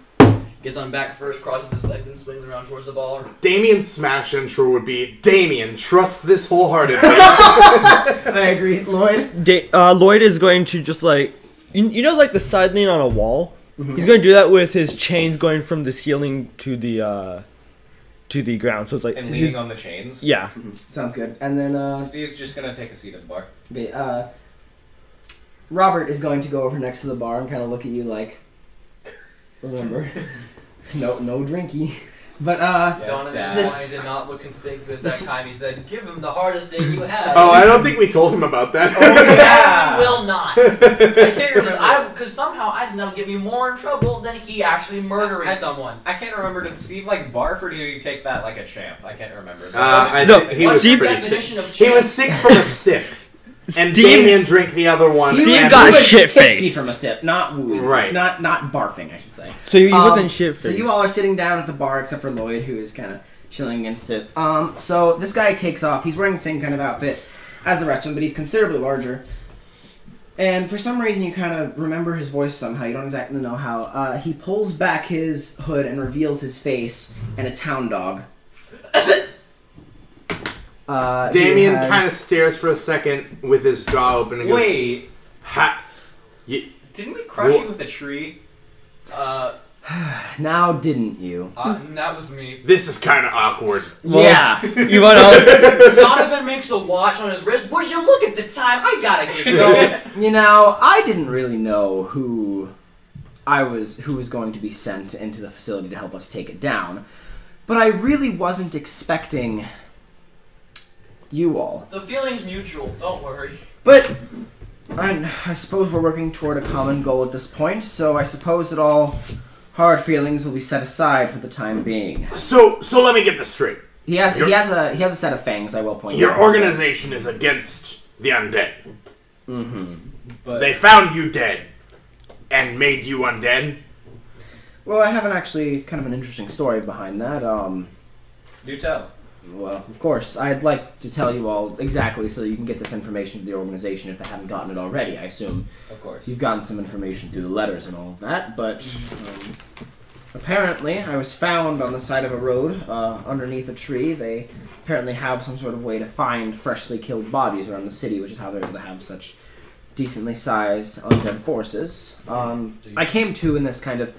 gets on back first, crosses his legs, and swings around towards the ball.
Damien's smash intro would be Damien, trust this wholeheartedly.
I agree, Lloyd.
Da- uh, Lloyd is going to just like you, you know like the side lean on a wall. He's going to do that with his chains going from the ceiling to the uh, to the ground. So it's like
and leaning
his-
on the chains.
yeah.
Sounds good. And then uh,
Steve's just gonna take a seat at the bar.
Okay, uh, Robert is going to go over next to the bar and kind of look at you like, remember, no, no drinky. But uh,
Yes,
Donovan
Dad.
this... did not look conspicuous that time. He said, "Give him the hardest day you have."
oh, I don't think we told him about
Oh.
that.
yeah. will not. Because somehow I think that'll get me more in trouble than he actually murdering
I-
someone.
I can't remember. Did Steve like barf or did he take that like a champ? I can't remember.
Uh, I
No,
think he was
What's your
Steve-
pretty
definition
sick.
of
He was
champ?
sick from a sip, and
Steve
Damien drank the other one.
Steve
and-
got
he was
shit
tipsy
faced.
from a sip, not woozy,
Right.
Not not barfing, I should say.
So you
Um,
wasn't shit
So you all are sitting down at the bar, except for Lloyd, who is kind of chilling against it. Um, so this guy takes off. He's wearing the same kind of outfit as the rest of them, but he's considerably larger. And for some reason, you kind of remember his voice somehow. You don't exactly know how. Uh, he pulls back his hood and reveals his face, and it's Hound Dog. uh, he
Damien
has-
kind of stares for a second with his jaw open and goes,
Wait,
"Ha."
didn't we crush
Wha-
you with a tree?
Uh,
now didn't you?
uh, that was me.
This is kind of awkward.
yeah. You want to
Donovan makes a watch on his wrist. Would you look at the time? I gotta get going.
You know, I didn't really know who I was who was going to be sent into the facility to help us take it down. But I really wasn't expecting you all.
The feeling's mutual, don't worry.
But I, I suppose we're working toward a common goal at this point, so I suppose that all hard feelings will be set aside for the time being.
So, so let me get this straight.
He has he
Your-
has a he has a set of fangs. I will point out.
Your organization is against the undead.
Mm-hmm.
But-
They found you dead and made you undead.
Well, I have an actually kind of an interesting story behind that. Um,
Do tell.
well, of course, I'd like to tell you all exactly so that you can get this information to the organization if they haven't gotten it already. I assume
Of course.
You've gotten some information through the letters and all of that, but um, apparently I was found on the side of a road uh, underneath a tree. They apparently have some sort of way to find freshly killed bodies around the city, which is how they're able to have such decently sized undead forces. Um, I came to in this kind of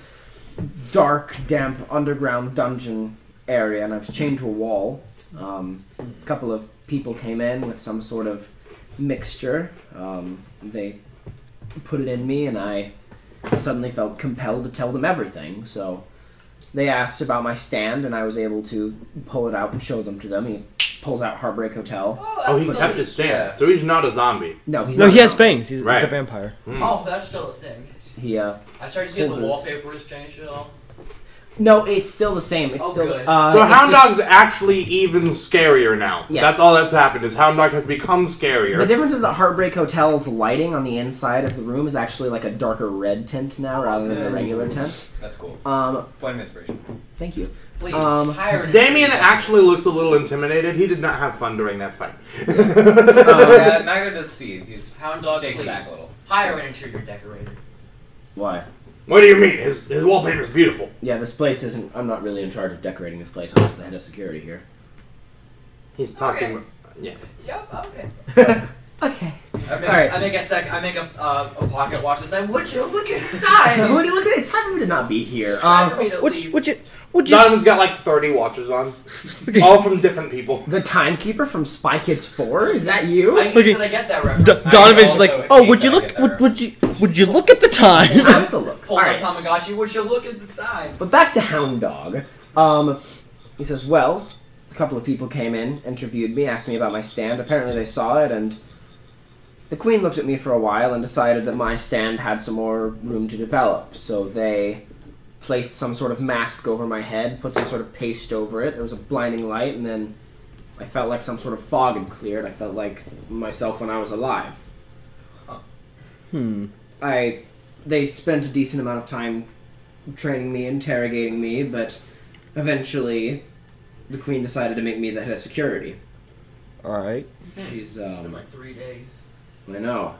dark, damp underground dungeon area, and I was chained to a wall. Um, a couple of people came in with some sort of mixture. Um, they put it in me, and I suddenly felt compelled to tell them everything. So they asked about my stand, and I was able to pull it out and show them to them. He pulls out Heartbreak Hotel.
Oh, that's
Oh, he
still
kept
a-
his stand,
yeah.
so he's not a zombie.
No, he's
No,
not
he has
drunk.
fangs. He's,
Right.
he's a vampire.
Oh, that's still a thing.
He uh,
I tried to see if the
Scissors.
wallpaper was changed at all.
no, it's still the same. It's
Oh,
still
good.
uh,
So
it's
Hound
just-
Dog's actually even scarier now.
Yes.
That's all that's happened is Hound Dog has become scarier.
The difference is that Heartbreak Hotel's lighting on the inside of the room is actually like a darker red tint now rather than a regular tint.
That's cool.
Um,
Point of inspiration.
thank you.
Please,
Um,
hire an
Damien
inspiration.
actually looks a little intimidated. He did not have fun during that fight.
Uh,
Uh-huh.
yeah, neither does Steve. He's
Hound dog,
Take it
please.
back a little.
Hire an interior decorator.
Why?
what do you mean? His, his wallpaper's beautiful.
Yeah, this place isn't. I'm not really in charge of decorating this place. I'm just the head of security here.
He's talking.
Okay.
Yeah.
Yep, okay.
Okay.
I make,
Alright.
I make a sec. I make a, uh, a pocket watch and say, "Would you look
what
inside?"
do you look at? It's time for me to not be here.
Time
Um,
for me to
What?
leave.
you- What? you- What? you-
Donovan's got like 30 watches on, all from different people.
the timekeeper from Spy Kids 4? Is that you?
I,
I,
did I get that reference?
Do- Donovan's
also
like,
a
oh, would you
feedback
look?
in
Would,
there."
would you? Would you look at the time?
have to look.
Pulls
Alright.
up Tamagotchi. Would you look inside?
But back to Hound Dog. Um, he says, well, a couple of people came in, interviewed me, asked me about my stand. Apparently they saw it, and the Queen looked at me for a while and decided that my stand had some more room to develop. So they placed some sort of mask over my head, put some sort of paste over it. There was a blinding light, and then I felt like some sort of fog had cleared. I felt like myself when I was alive.
Hmm.
I they spent a decent amount of time training me, interrogating me, but eventually the queen decided to make me the head of security.
All right.
She's
It's been
um,
like three days.
I know.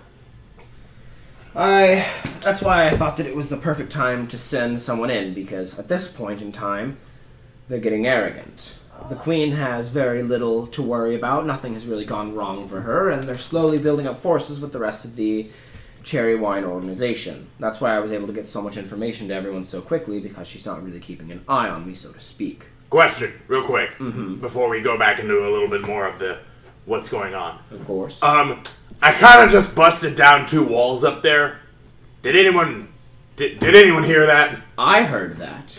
I that's why I thought that it was the perfect time to send someone in because at this point in time they're getting arrogant. The queen has very little to worry about. Nothing has really gone wrong for her and they're slowly building up forces with the rest of the Cherry Wine organization. That's why I was able to get so much information to everyone so quickly because she's not really keeping an eye on me so to speak.
Question, real quick,
Mm-hmm.
before we go back into a little bit more of the what's going on.
Of course.
Um, I kind of just busted down two walls up there. Did anyone? Did, did anyone hear that?
I heard that.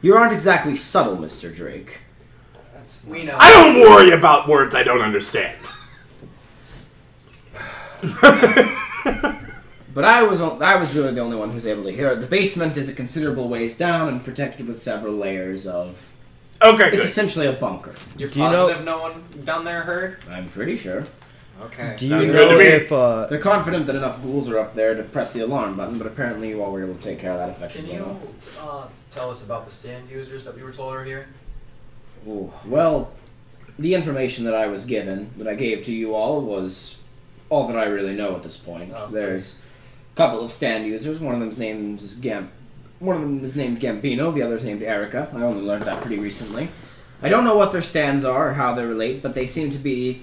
You aren't exactly subtle, Mr. Drake.
We know.
I don't worry about words I don't understand.
But I was on- I was really the only one who was able to hear it. The basement is a considerable ways down and protected with several layers of.
Okay,
It's
good.
essentially a bunker.
You're
Do you know-
positive no one down there heard?
I'm pretty sure.
Okay.
Do you
Sounds good
know
to me.
if uh,
They're confident that enough ghouls are up there to press the alarm button, but apparently you all were able to take care of that
Can
effectively.
you
enough.
uh, tell us about the stand users that we were told are here?
Ooh, Well, the information that I was given, that I gave to you all, was all that I really know at this point.
Oh.
There's a couple of stand users. One of them's named Gam. One of them is named Gambino. The other's named Erica. I only learned that pretty recently. I don't know what their stands are or how they relate, but they seem to be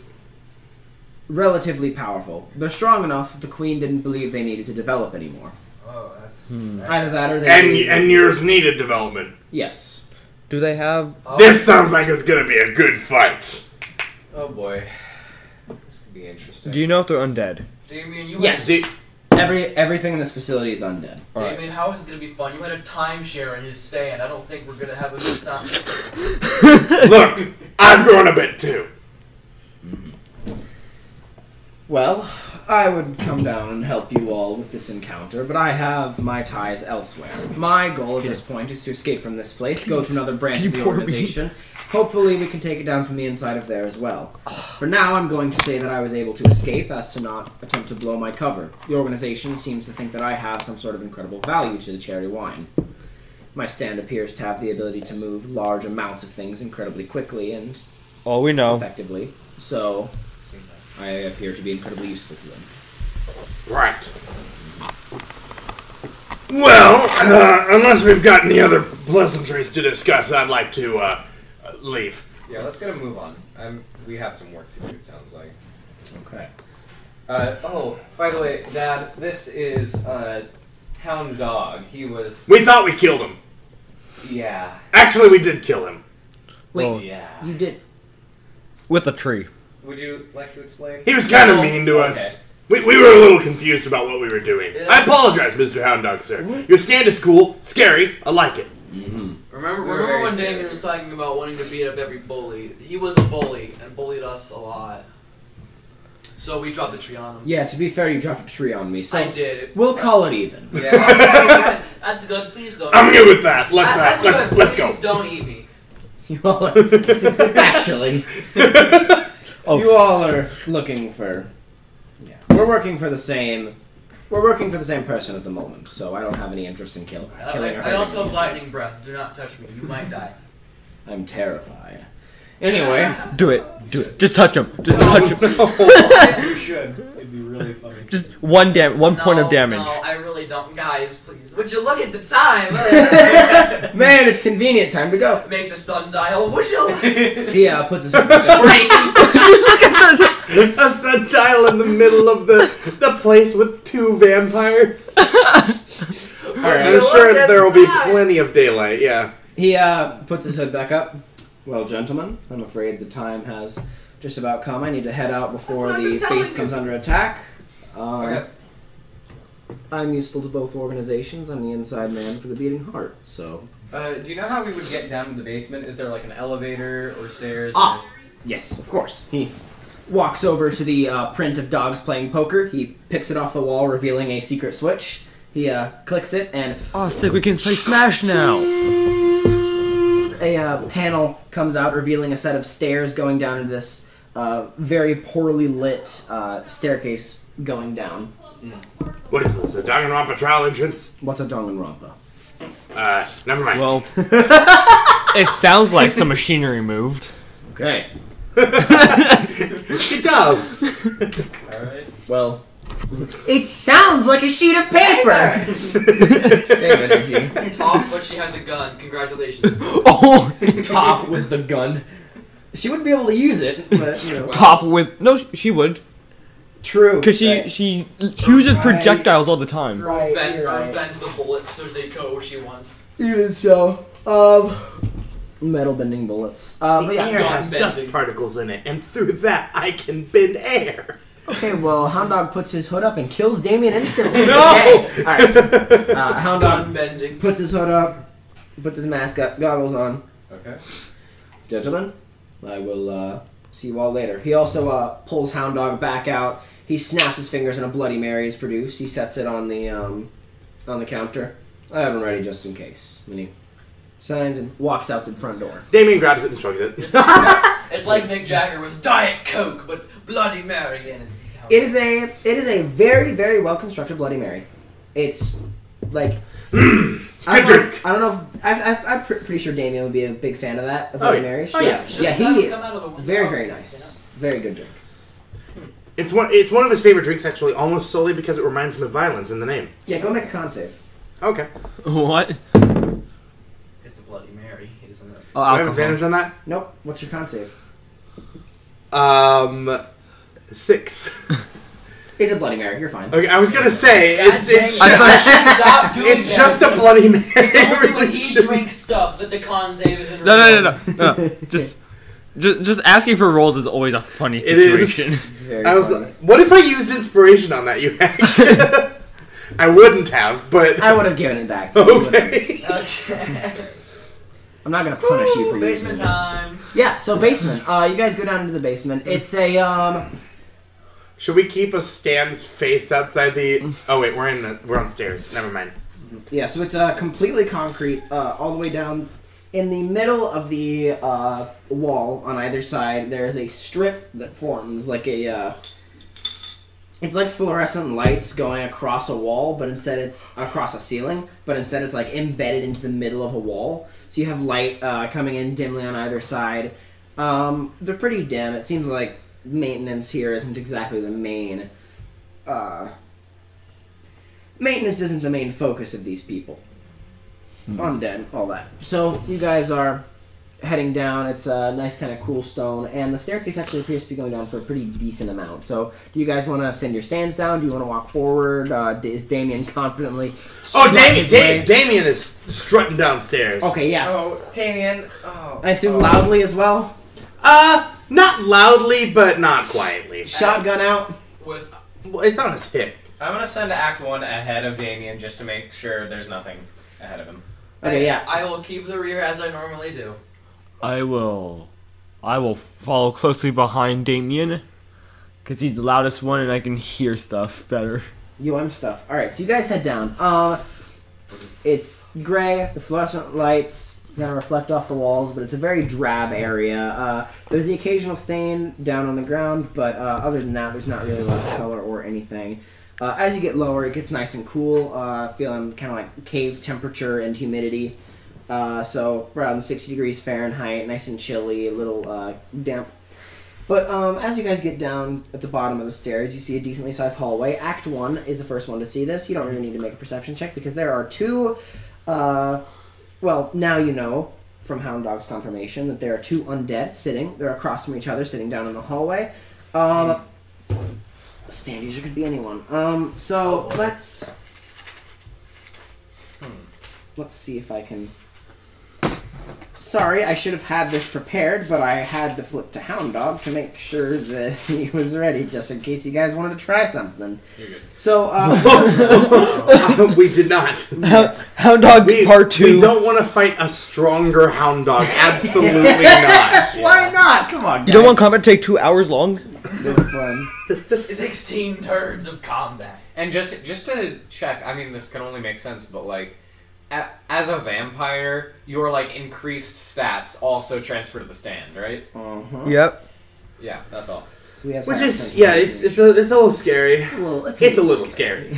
relatively powerful. They're strong enough that the Queen didn't believe they needed to develop anymore.
Oh, that's.
Either that or they.
and and yours needed development.
yes.
do they have?
Oh,
This sounds like it's gonna be a good fight.
Oh boy. This could be interesting.
Do you know if they're undead?
Damien, you
Yes.
Had,
Did-
Every everything in this facility is undead.
All right.
Damien, how is it gonna be fun? You had a timeshare in his stand. I don't think we're gonna have a good time.
Look, I've grown a bit too.
Well, I would come down and help you all with this encounter, but I have my ties elsewhere. My goal at this point is to escape from this place, go to another branch
can
of
you
the
pour me?
organization. Hopefully, we can take it down from the inside of there as well. For now, I'm going to say that I was able to escape as to not attempt to blow my cover. The organization seems to think that I have some sort of incredible value to the cherry wine. My stand appears to have the ability to move large amounts of things incredibly quickly and
All we know.
effectively, so I appear to be incredibly useful to them.
Right. Well, uh, unless we've got any other pleasantries to discuss, I'd like to uh, leave.
Yeah, let's get a move on. Um, we have some work to do. It sounds like.
Okay.
Uh, oh, by the way, Dad, this is uh, Hound Dog. He was.
We thought we killed him.
Yeah.
Actually, we did kill him.
Wait,
Well,
Yeah.
you did.
with a tree.
Would you like to explain?
He was kind of
No.
mean to
Okay.
us. We, we were a little confused about what we were doing. I apologize, Mr. Hound Dog, sir. Your stand is cool, scary. I like it.
Remember,
We were
remember
very
when
scared.
Damien was talking about wanting to beat up every bully? He was a bully and bullied us a lot. So we dropped the tree on him.
Yeah, to be fair, you dropped a tree on me, so
I did.
we'll call it even.
Yeah.
That's good. Please don't.
I'm good with that. Let's
That's
uh, let's
good.
let's
Please
go.
don't eat me.
You all are actually. You all are looking for. Yeah, we're working for the same. We're working for the same person at the moment, so I don't have any interest in kill,
Uh, I,
killing or
I- I
hurting.
also have
anyone.
lightning breath. Do not touch me. You might die.
I'm terrified. Anyway,
Do it. Do it. Just touch him. Just touch him.
you should. It'd be really funny.
Just one dam. One point
No,
of damage.
No, I really don't. Guys, please. Would you look at the time?
man, it's convenient time to go.
Makes a stun dial. Would you? look-
He uh, puts his. That's
A sundial in the middle of the the place with two vampires. All right, I'm
Look
sure
at
there will
the
be
time.
plenty of daylight. Yeah.
He uh, puts his hood back up. Well, gentlemen, I'm afraid the time has just about come. I need to head out before
That's what I've
the
been telling
base
you.
comes under attack. Um,
Okay.
I'm useful to both organizations. I'm the inside man for the beating heart. So
Uh, do you know how we would get down to the basement? Is there like an elevator or stairs?
Ah. yes, of course he walks over to the uh, print of dogs playing poker. He picks it off the wall, revealing a secret switch. He uh, clicks it, and
Oh, sick. We can play Smash now.
a uh, panel comes out revealing a set of stairs going down into this uh, very poorly lit uh, staircase going down.
What is this? A Danganronpa trial entrance?
What's a Danganronpa?
Uh, never mind.
Well, it sounds like some machinery moved.
Okay.
good job.
Alright.
Well, it sounds like a sheet of paper. Same energy.
Top, but she has a gun. Congratulations.
Oh,
Toph with the gun. She wouldn't be able to use it, but you know.
top with no. sh- She would,
True.
cause she she uses projectiles all the time.
Right,
Bend,
you're right.
bends the bullets so they go where she wants.
Even so, um, metal bending bullets. Uh, but
The
yeah.
air has
God,
dust
bending.
particles in it, and through that I can bend air.
Okay, well, Hound Dog puts his hood up and kills Damien instantly.
No!
Okay. All right. Uh, Hound Dog
Gun bending.
puts his hood up, puts his mask up, goggles on.
Okay.
Gentlemen, I will uh, see you all later. He also uh, pulls Hound Dog back out. He snaps his fingers and a Bloody Mary is produced. He sets it on the um, on the counter. I have him ready just in case. And he signs and walks out the front door.
Damien grabs it and chugs it.
It's like Mick Jagger with Diet Coke, but Bloody Mary in it.
It is a it is a very very well constructed Bloody Mary. It's like I
Good
don't know-
drink.
I don't know. If, I, I, I'm pre- pretty sure Damien would be a big fan of that. Of
Oh,
Bloody
yeah.
Mary's.
Oh, yeah.
yeah.
Come-
He
come out of the window.
very very nice. Very good drink.
It's one. It's one of his favorite drinks, actually, almost solely because it reminds him of violence in the name.
Yeah, go make a con save.
Okay.
What?
It's a Bloody Mary, isn't it?
Do
Oh,
I have
alcohol.
advantage on that.
Nope. What's your con save?
Um, six.
It's a Bloody Mary. You're fine.
Okay, I was gonna say it's it's,
I
ju-
thought-
Stop doing
it's
that.
just a bloody mary.
It's only when
Really
he
shouldn't-
drinks stuff that the con save is in.
No, no, no, no, no. Just, just, just asking for rolls is always a funny
It is.
situation.
It's very
I was
funny.
like, what if I used inspiration on that? You hack. I wouldn't have, but
I would have given it back. to you, whatever.
okay.
Okay.
I'm not gonna punish you for using
Basement
it.
time.
Yeah. So basement. Uh, you guys go down into the basement. It's a um.
Should we keep a Stan's face outside the? Oh wait, we're in. The, we're on stairs. Never mind.
Yeah, so it's uh, completely concrete uh, all the way down. In the middle of the uh, wall on either side, there is a strip that forms like a. Uh, it's like fluorescent lights going across a wall, but instead it's across a ceiling, but instead it's like embedded into the middle of a wall. So you have light uh, coming in dimly on either side. Um, they're pretty dim. It seems like maintenance here isn't exactly the main. Uh, maintenance isn't the main focus of these people. Undead, all that. So you guys are heading down. It's a nice kind of cool stone, and the staircase actually appears to be going down for a pretty decent amount. So do you guys want to send your stands down? Do you want to walk forward? Uh, d- is Damien confidently?
Oh,
strut
Damien!
his way?
Da- Damien is strutting downstairs.
Okay, yeah.
Oh, Damien. Oh.
I assume loudly as well.
Uh, not loudly, but not quietly.
Shotgun out.
With
Well, It's on his hip.
I'm gonna send Act One ahead of Damien just to make sure there's nothing ahead of him.
Okay, yeah.
I will keep the rear as I normally do.
I will. I will follow closely behind Damien. Because he's the loudest one and I can hear stuff better.
UM stuff. All right, so you guys head down. Um, it's gray. The fluorescent lights kind of reflect off the walls, but it's a very drab area. Uh, there's the occasional stain down on the ground, but uh, other than that, there's not really a lot of color or anything. Uh, as you get lower, it gets nice and cool, uh, feeling kind of like cave temperature and humidity. Uh, so around 60 degrees Fahrenheit, nice and chilly, a little uh, damp but um, as you guys get down at the bottom of the stairs, you see a decently sized hallway. Act one is the first one to see this. You don't really need to make a perception check because there are two. Uh, well, now you know from Hound Dog's confirmation that there are two undead sitting. They're across from each other, sitting down in the hallway. Um, stand user could be anyone. Um, so let's hmm, let's see if I can. Sorry, I should have had this prepared, but I had to flip to Hound Dog to make sure that he was ready, just in case you guys wanted to try something. You're good. So, uh,
we did not.
Hound Dog
We, we don't want to fight a stronger hound dog. Absolutely not.
why not? Come on, guys.
You don't want combat to take two hours long?
fun.
Sixteen turns of combat.
And just just to check, I mean, this can only make sense, but like, a, as a vampire, your like increased stats also transfer to the stand, right?
Uh-huh.
Yep.
Yeah, that's all.
So he has
Which
higher
is
sense
yeah,
of
it's it's a it's a little scary.
a little, it's,
It's a little scary.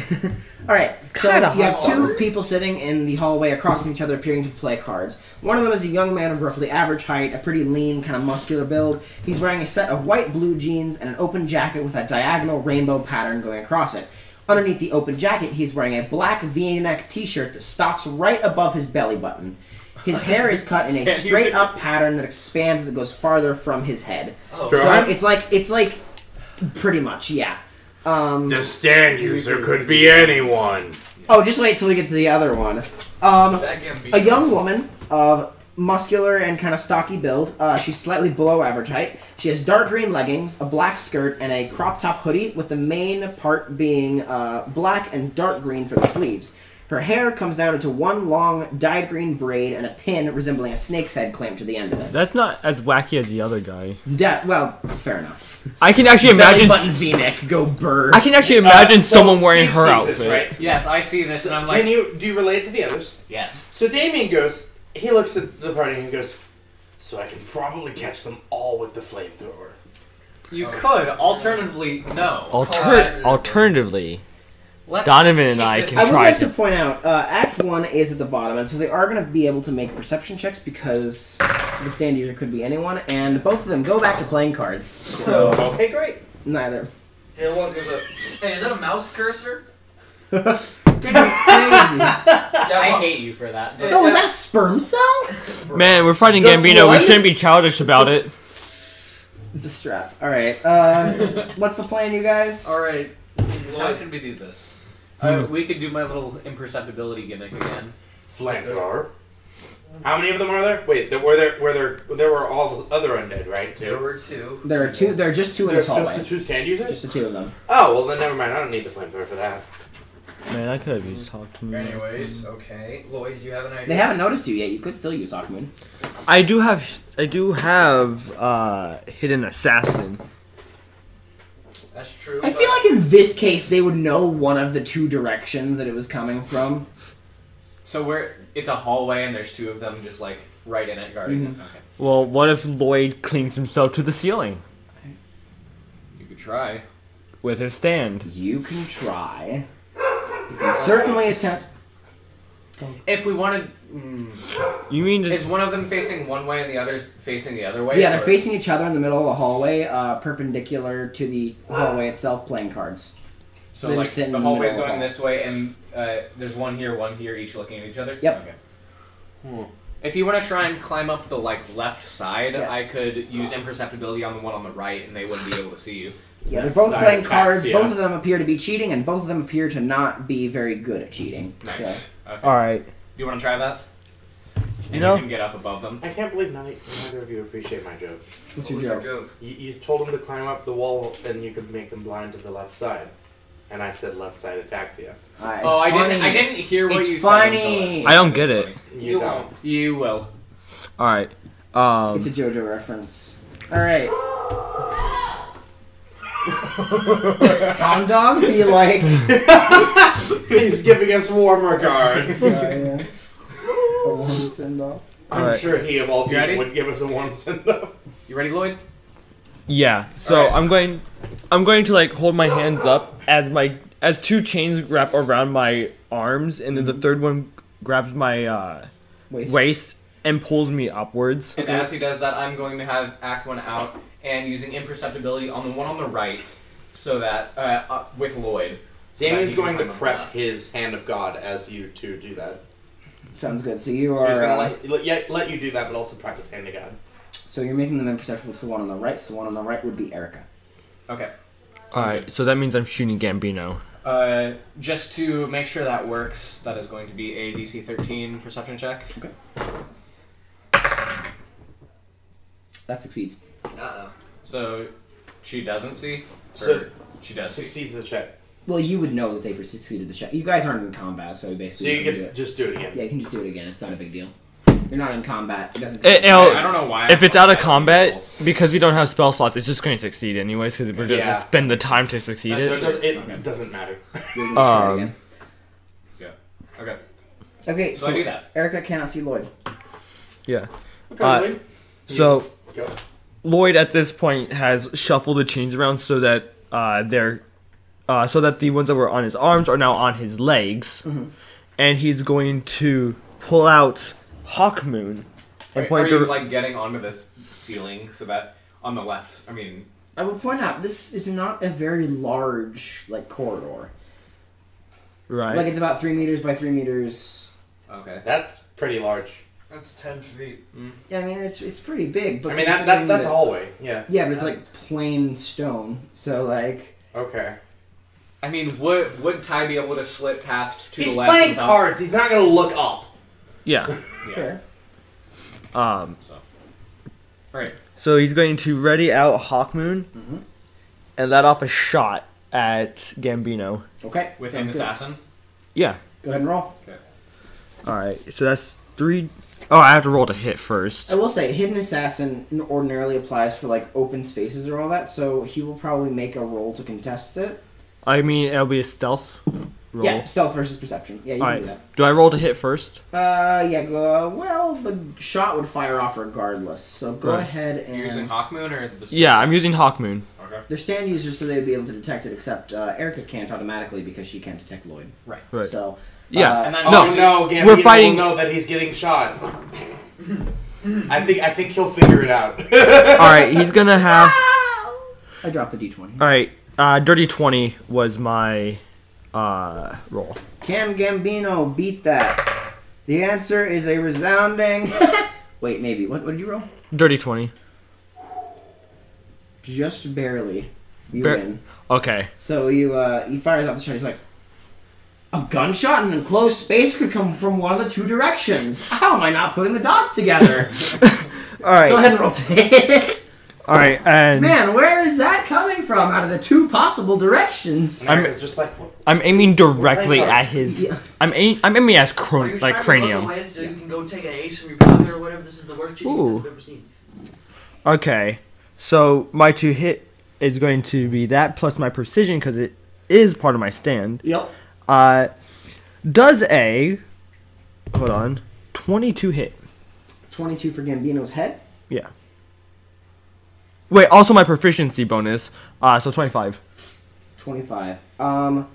All right, so
Kinda
you have two
hard.
people sitting in the hallway across from each other, appearing to play cards. One of them is a young man of roughly average height, a pretty lean, kind of muscular build. He's wearing a set of white blue jeans and an open jacket with a diagonal rainbow pattern going across it. Underneath the open jacket, he's wearing a black V-neck T-shirt that stops right above his belly button. His hair is cut in a straight-up pattern that expands as it goes farther from his head. So
Straw?
it's like it's like pretty much, yeah. Um,
The stand user could be anyone.
Oh, just wait till we get to the other one. Um,
That can be
a young woman of muscular and kind of stocky build. Uh, she's slightly below average height. She has dark green leggings, a black skirt, and a crop top hoodie, with the main part being uh, black and dark green for the sleeves. Her hair comes down into one long dyed green braid and a pin resembling a snake's head clamped to the end of it.
That's not as wacky as the other guy.
Da- well, fair enough.
I can actually
Belly
imagine.
button V-neck, go bird.
I can actually imagine someone wearing her outfit.
This, right?
Yes, I see this, and I'm
Can you do you relate to the others?
yes.
So Damien goes. He looks at the party and goes. So I can probably catch them all with the flamethrower.
You
Could alternatively no.
Alter- alternatively,
Let's
Donovan and
take
I
this-
can-
I would
try
like
to-
to point out, uh, Act One is at the bottom, and so they are going to be able to make perception checks because the stand user could be anyone, and both of them go back to playing cards. So
Hey, great.
neither.
Hey, is that a mouse cursor?
Crazy.
Yeah,
I
well,
hate you for that. uh,
yeah,
Oh, was
yeah.
that a sperm cell?
man, we're fighting
Just
Gambino.
one?
We shouldn't be childish about it.
It's a strap. All right. Uh, what's the plan, you guys?
All right. How
Lloyd.
could we do this? Uh, we could do my little imperceptibility gimmick again.
Flamethrower. How many of them are there? Wait, there were there were there there were all the other undead, right?
There were two.
There are two. There are just two in
There's
this
just the
hallway.
two stand users.
Just the two of them.
oh well, then never mind. I don't need the flamethrower for that.
Man, I could have used talk to me.
Anyways, okay. Lloyd, do you have an idea?
They haven't noticed you yet. You could still use Hawkmoon.
I do have. I do have uh, hidden assassin.
That's true.
I feel like in this case they would know one of the two directions that it was coming from.
So we're it's a hallway and there's two of them just like right in it guarding it. Okay.
Well, what if Lloyd clings himself to the ceiling
You could try.
with his stand?
You can try. You can certainly attempt.
If we wanted, mm,
You mean
is
to,
one of them facing one way and the other's facing the other way?
Yeah, they're
or-
facing each other in the middle of the hallway, uh, perpendicular to the hallway itself, playing cards.
So
they're
like
just sitting
the
in the
hallway's
middle of
going
the
this way and uh, there's one here, one here, each looking at each other.
Yep.
Okay. If you want to try and climb up the like left side,
Yeah.
I could use imperceptibility on the one on the right, and they wouldn't be able to see you.
Yeah, they're both
Side
playing
attacks,
cards.
yeah.
Both of them appear to be cheating, and both of them appear to not be very good at cheating. So,
Nice. Okay.
all right?
You want to try that? And
know-
you can get up above them.
I can't believe neither neither of you appreciate my joke.
what's
What
your joke?
was joke?
You, you told them to climb up the wall and you could make them blind to the left side. And I said left side ataxia.
Uh, it's
oh, I
funny.
didn't. I didn't hear what
It's
you said. until
funny.
then.
I don't
It's
get it.
funny.
You,
You
don't.
won't.
You will.
All right. Um,
It's a JoJo reference. All right. Hound dog, be like.
He's giving us warm regards.
yeah. A warm send off.
I'm
Alright.
sure he of all people
ready?
would give us a warm send up.
You ready, Lloyd?
Yeah. So
Alright.
I'm going I'm going to like hold my hands up as my as two chains wrap around my arms and then the third one grabs my uh,
Wait.
waist and pulls me upwards.
And as he does that, I'm going to have Act One out and using imperceptibility on the one on the right, so that uh, uh, with Lloyd. so that
Damien's
he can
going to
climb up
prep
that.
his hand of God as you two do that.
Sounds good. So you
So
are.
he's gonna
uh,
let, let, yeah, let you do that, but also practice hand of God.
so you're making them imperceptible to the one on the right. So the one on the right would be Erica.
Okay.
All right. So that means I'm shooting Gambino.
Uh, just to make sure that works, that is going to be a DC 13 perception check.
That succeeds.
Uh-uh.
So she doesn't see. Or
So-
she does. See.
Succeeds the check.
Well, you would know that they succeeded the shot. You guys aren't in combat, so
So
basically
you
you can do
can
it.
just do it again.
Yeah, you can just do it again. It's not a big deal. You're not in combat. It doesn't.
Eh, eh,
I,
Oh,
I don't know why.
If
I
it's out of
thought that
combat
was
because we don't have spell slots, it's just going to succeed anyways because we're going to
Yeah.
spend the time to succeed
So it,
it.
does, it
Okay.
doesn't matter.
You can try
Um,
again.
cool. Okay.
Okay,
So,
so,
I do that.
Erica cannot see Lloyd.
Yeah.
Okay,
Uh,
Lloyd,
So
go.
Lloyd at this point has shuffled the chains around so that uh, they're uh, so that the ones that were on his arms are now on his legs,
Mm-hmm.
and he's going to pull out Hawk Moon and
Are, are
point
you
to
like getting onto this ceiling so that on the left? I mean,
I will point out this is not a very large like corridor.
right.
Like it's about three meters by three meters.
okay.
That's pretty large.
That's 10 feet.
Yeah, I mean it's it's pretty big. But
I mean, that, that,
considering
that's a
that-
hallway. Yeah.
Yeah, but it's like plain stone. So like
Okay.
I mean, would would Ty be able to slip past to
He's
the left?
playing
without-
cards. He's not gonna look up.
yeah.
Yeah.
sure.
Um,
All right.
so he's going to ready out Hawk Moon
Mm-hmm.
and let off a shot at Gambino.
Okay.
With an
sounds good.
assassin.
Yeah.
Go ahead and roll.
All right. So that's three oh I have to roll to hit first.
I will say, hidden assassin ordinarily applies for like open spaces or all that, so he will probably make a roll to contest it.
I mean, it'll be a stealth roll.
Yeah, stealth versus perception. Yeah, you
All
can
right.
do that.
Do I roll to hit first?
Uh, yeah. Go, well, the shot would fire off regardless. So go
Right.
ahead and
You're using Hawkmoon or the sword?
Yeah, I'm using Hawk Moon.
Okay.
they're stand users, so they'd be able to detect it. Except uh, Erica can't automatically because she can't detect Lloyd.
Right.
Right.
So
Yeah.
uh,
And then
No.
Oh no, Gambino
We're fighting-
will know that he's getting shot. I think I think he'll figure it out.
Uh,
All right, he's gonna have.
I dropped the d twenty.
All right, uh, dirty twenty was my uh, roll.
Can Gambino beat that? The answer is a resounding. Wait, maybe. What? What did you roll?
Dirty twenty.
Just barely. You
Bar-
win.
Okay.
So you uh, he fires off the shot. He's like, a gunshot in an enclosed space could come from one of the two directions. How am I not putting the dots together?
All right.
Go ahead and roll to hit.
All right, and
Man, where is that coming from? Out of the two possible directions.
I'm-
I'm just like what?
I'm aiming directly
Right.
at his.
Yeah.
I'm aim- I'm aiming at his
Are
cron-
you
like
trying To
cranium.
look away so you can go take an ace from your pocket or whatever. This is the worst cheating
Ooh.
I've ever seen.
Okay. So my to hit is going to be that plus my precision because it is part of my stand.
Yep.
Uh, does a hold on twenty two hit?
22 for Gambino's head.
Yeah. Wait, also my proficiency bonus. Uh, so twenty five.
25. Um.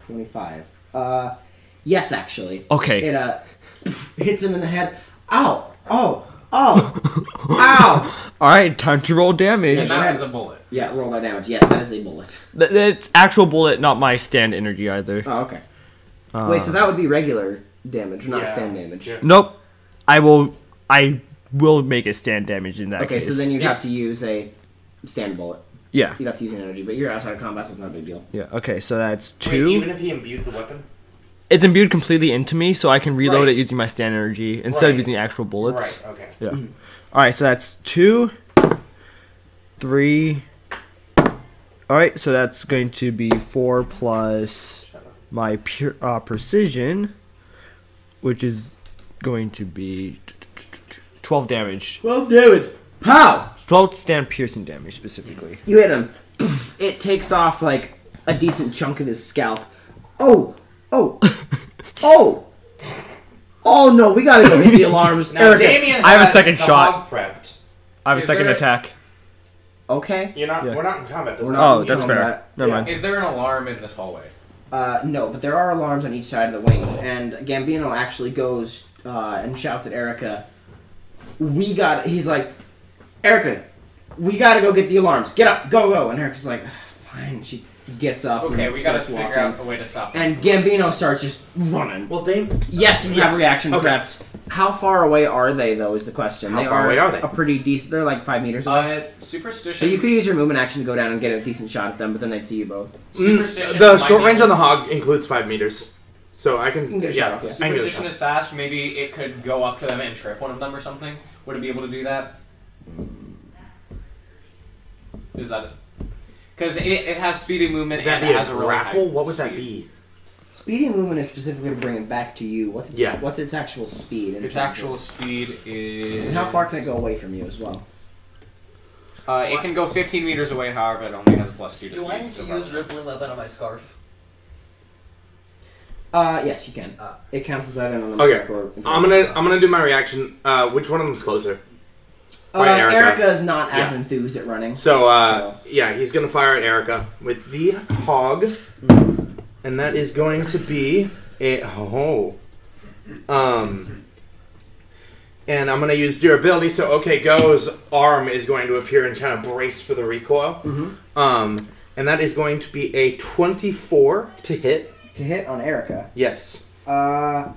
25. Uh, yes, actually.
Okay.
It uh hits him in the head. Ow! Oh! Oh! Ow!
All right, time to roll damage.
And that is a bullet.
Yeah, roll that damage. Yes, that is a bullet.
Th- That's actual bullet, not my stand energy either.
Oh, okay. Wait, so that would be regular damage, not
Yeah.
stand damage.
Yeah.
Nope. I will. I will make a stand damage in that
Okay,
case.
so then you'd have to use a stand bullet.
Yeah.
You'd have to use an energy, but you're outside of combat, so it's not a big deal.
Yeah. Okay. So that's
Wait,
two.
even if he imbued the weapon?
it's imbued completely into me, so I can reload
Right.
it using my stand energy instead of
Right.
using actual bullets.
Right, okay.
Yeah. Mm. All right. So that's two, three. All right. So that's going to be four plus my pure uh, precision, which is going to be t- t- t- t- twelve damage.
Well, David.
Pow!
Twelve stand piercing damage specifically.
You hit him. Poof. It takes off like a decent chunk of his scalp. Oh! Oh! oh! Oh no, we gotta go hit the alarms.
Now,
Erica.
Damien
I have a
had
second
the
shot.
hog prepped.
I have a
Is
second
there-
attack.
Okay.
You're not,
Yeah.
We're not in combat.
We're
Does
not
Oh, that's
doing
fair.
that.
Never
Yeah.
mind.
Is there an alarm in this hallway?
Uh, no, but there are alarms on each side of the wings, and Gambino actually goes uh, and shouts at Erica. We got. He's like, Erica, we gotta go get the alarms. Get up, go, go. And Erica's like, fine. She gets up.
Okay,
and
we gotta
starts
figure
walking.
out a way to stop. them.
And Gambino starts just running.
Well, Dame.
Yes, we have
Yes.
reaction
Okay.
prepped. How far away are they, though, is the question.
How
they
far
are
away are they?
A pretty decent. They're like five meters away.
Uh,
so
superstition.
you could use your movement action to go down and get a decent shot at them, but then they'd see you both.
superstition
mm, the
might
short
be-
range on the hog includes five meters. So I can.
can get a
yeah,
shot off, yeah.
I can get a
Superstition
shot.
is fast. Maybe it could go up to them and trip one of them or something. Would it be able to do that? Is that it? Because it, it has speedy movement
Would that
and
be
it
a
has a really high
grapple? What would that
speed.
be?
Speedy movement is specifically to bring it back to you. What's its,
Yeah.
what's its actual speed? in
Its
terms of-
actual speed is.
And how far can it go away from you as well?
Uh, it can go 15 meters away. However, it only has a plus two to
Do I
speed.
need to
so
use
far.
rippling web out of my scarf?
Uh, yes, you can.
Ah.
it counts as either an armor
Okay.
check or.
I'm gonna I'm gonna do my reaction. Uh, which one of them's closer?
Uh,
Alright,
Erica.
Erica.
is not as
Yeah.
enthused at running.
So, uh, yeah, he's gonna fire at Erica with the hog, and that is going to be a oh, um, and I'm gonna use durability. So, okay, go's arm is going to appear and kind of brace for the recoil, um, and that is going to be a 24 to hit.
To hit on Erica,
Yes.
uh,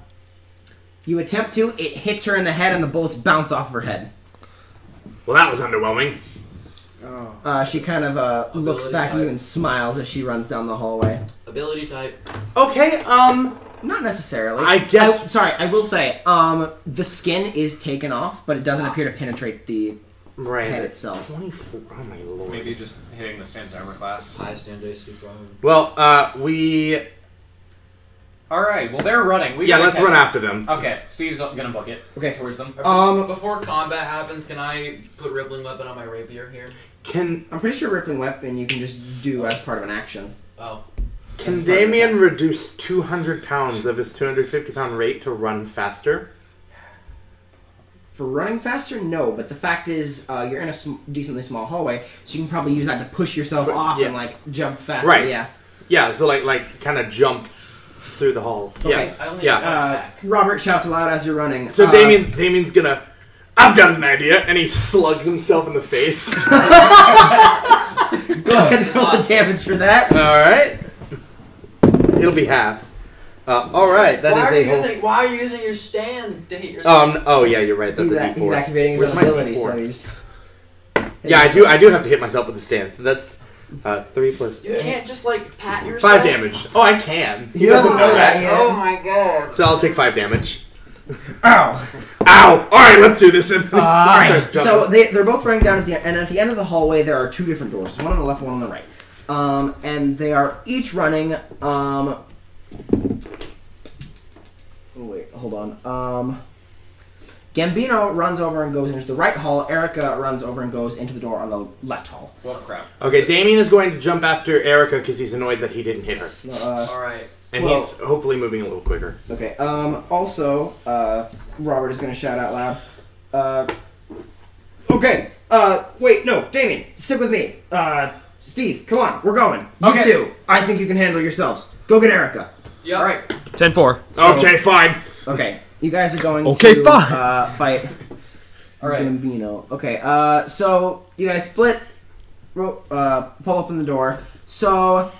you attempt to. It hits her in the head, and the bullets bounce off her head.
Well, that was underwhelming.
Uh, she kind of uh, looks
Ability
back at you
type.
and smiles as she runs down the hallway.
Ability type.
Okay, um,
Not necessarily.
I guess-
sorry, I will say. Um, the skin is taken off, but it doesn't appear to penetrate the
right.
head itself.
24. Oh my lord.
Maybe just hitting the stand's armor class.
I stand AC prone.
Well, uh, we
All right. Well, they're running. We
yeah,
gotta
let's
catch
run
up.
after them.
Oh.
Okay, Steve's gonna book it.
Okay.
towards them.
Um,
Before combat happens, can I put rippling weapon on my rapier here?
Can
I'm pretty sure rippling weapon you can just do as part of an action.
Oh,
Can
That's part of the
Damien
attack.
reduce 200 pounds of his 250 pound rate to run faster?
For running faster, no. But the fact is, uh, you're in a sm- decently small hallway, so you can probably use that to push yourself
But-
off
yeah.
and like jump faster.
Right.
Yeah.
Yeah, so like like kind of jump through the hall.
Okay,
Yeah,
I only
yeah.
have one
Uh,
attack.
Robert shouts aloud as you're running.
So
uh,
Damien's Damien's gonna. I've got an idea, and he slugs himself in the face. All
go ahead and roll the damage for that.
right. It'll be half. Uh, all right,
why
that
are
is
you
a whole.
using Why are you using your stand to hit yourself?
Um. Oh yeah, you're right. That's
He's,
a
ac-
D4.
he's activating his
Where's
own
my
ability,
D4?
so he's.
yeah, I do. I do have to hit myself with the stand. So that's uh, three plus
you can't just like pat yourself.
five damage. Oh, I can. He doesn't know that.
Oh
my god.
So I'll take five damage. Ow! Ow! All right, let's do this. And Starts jumping.
So they, they're both running down at the end, and at the end of the hallway there are two different doors, one on the left, one on the right, um, and they are each running. Um, wait, hold on. Um, Gambino runs over and goes into the right hall. Erica runs over and goes into the door on the left hall.
What crap?
Okay, Damien is going to jump after Erica because he's annoyed that he didn't hit her.
Uh,
Alright.
And
Well-
he's hopefully moving a little quicker.
okay. Um, also, uh, Robert is going to shout out loud. Uh, okay. Uh, wait, no, Damien, stick with me. Uh, Steve, come on, we're going. You
Okay.
two. I think you can handle yourselves. Go get Erica.
Yep.
All right.
10 4.
okay, fine.
Okay, you guys are going
Okay,
to
fine.
Uh, fight
All right.
Gambino. Okay, uh, so you guys split, ro- uh, pull open the door. So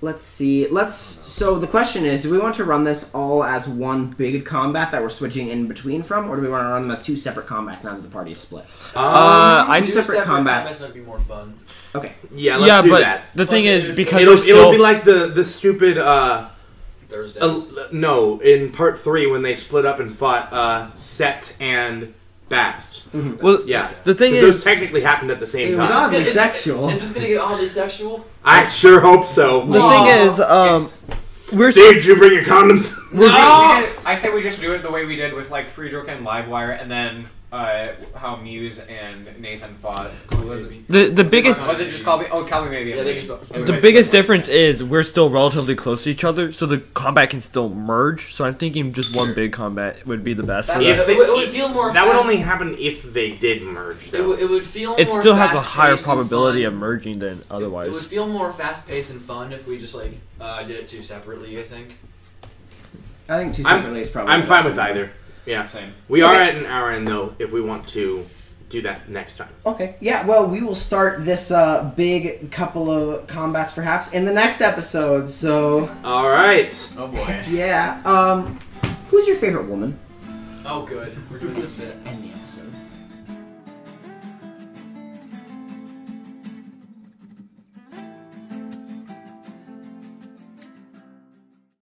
let's see. Let's. So the question is, do we want to run this all as one big combat that we're switching in between from, or do we want to run them as two separate combats now that the party is split?
Uh,
Two
I-
separate combats.
would be more fun.
Okay.
Yeah, let's
Yeah,
do
but
that.
the thing
Plus,
is,
it-
because
It'll,
we're still,
it'll be like the, the stupid, uh,
Thursday.
uh, no, in part three when they split up and fought, uh, Set and Bast.
well,
Yeah.
the thing
'Cause
is,
those technically happened at the same
It was
time.
oddly
Is- is-
sexual.
Is, this gonna get oddly sexual?
I sure hope so.
the thing is, um,
It's-
we're
Steve, did you bring your condoms?
we- we
Oh!
Ah!
did- I say we just do it the way we did with like Free Joke and Livewire, and then uh, how Muse and Nathan fought. Who was it?
the the biggest
Was it just Call Me? Oh, Call Me Maybe.
Yeah, they just-
the biggest difference is we're still relatively close to each other, so the combat can still merge. So I'm thinking just one big combat would be the best. For
That,
Yeah.
us.
it, would- it would feel more.
That
fast.
would only happen if they did merge,
It
though.
would, it would feel.
It
more
still has a
fast-paced
higher
and
probability of
fun.
merging than
It- It, would
otherwise.
feel more fast paced and fun if we just like uh, did it two separately. I think.
I think two
I'm-
separately is probably.
I'm
the
fine
best
with
one.
either. Yeah.
Same.
We are
Okay.
at an hour in, though, if we want to do that next time.
Okay. Yeah. Well, we will start this uh, big couple of combats perhaps in the next episode. So
All right.
Oh boy.
yeah. Um, who's your favorite woman?
Oh, good. We're doing this bit.
And the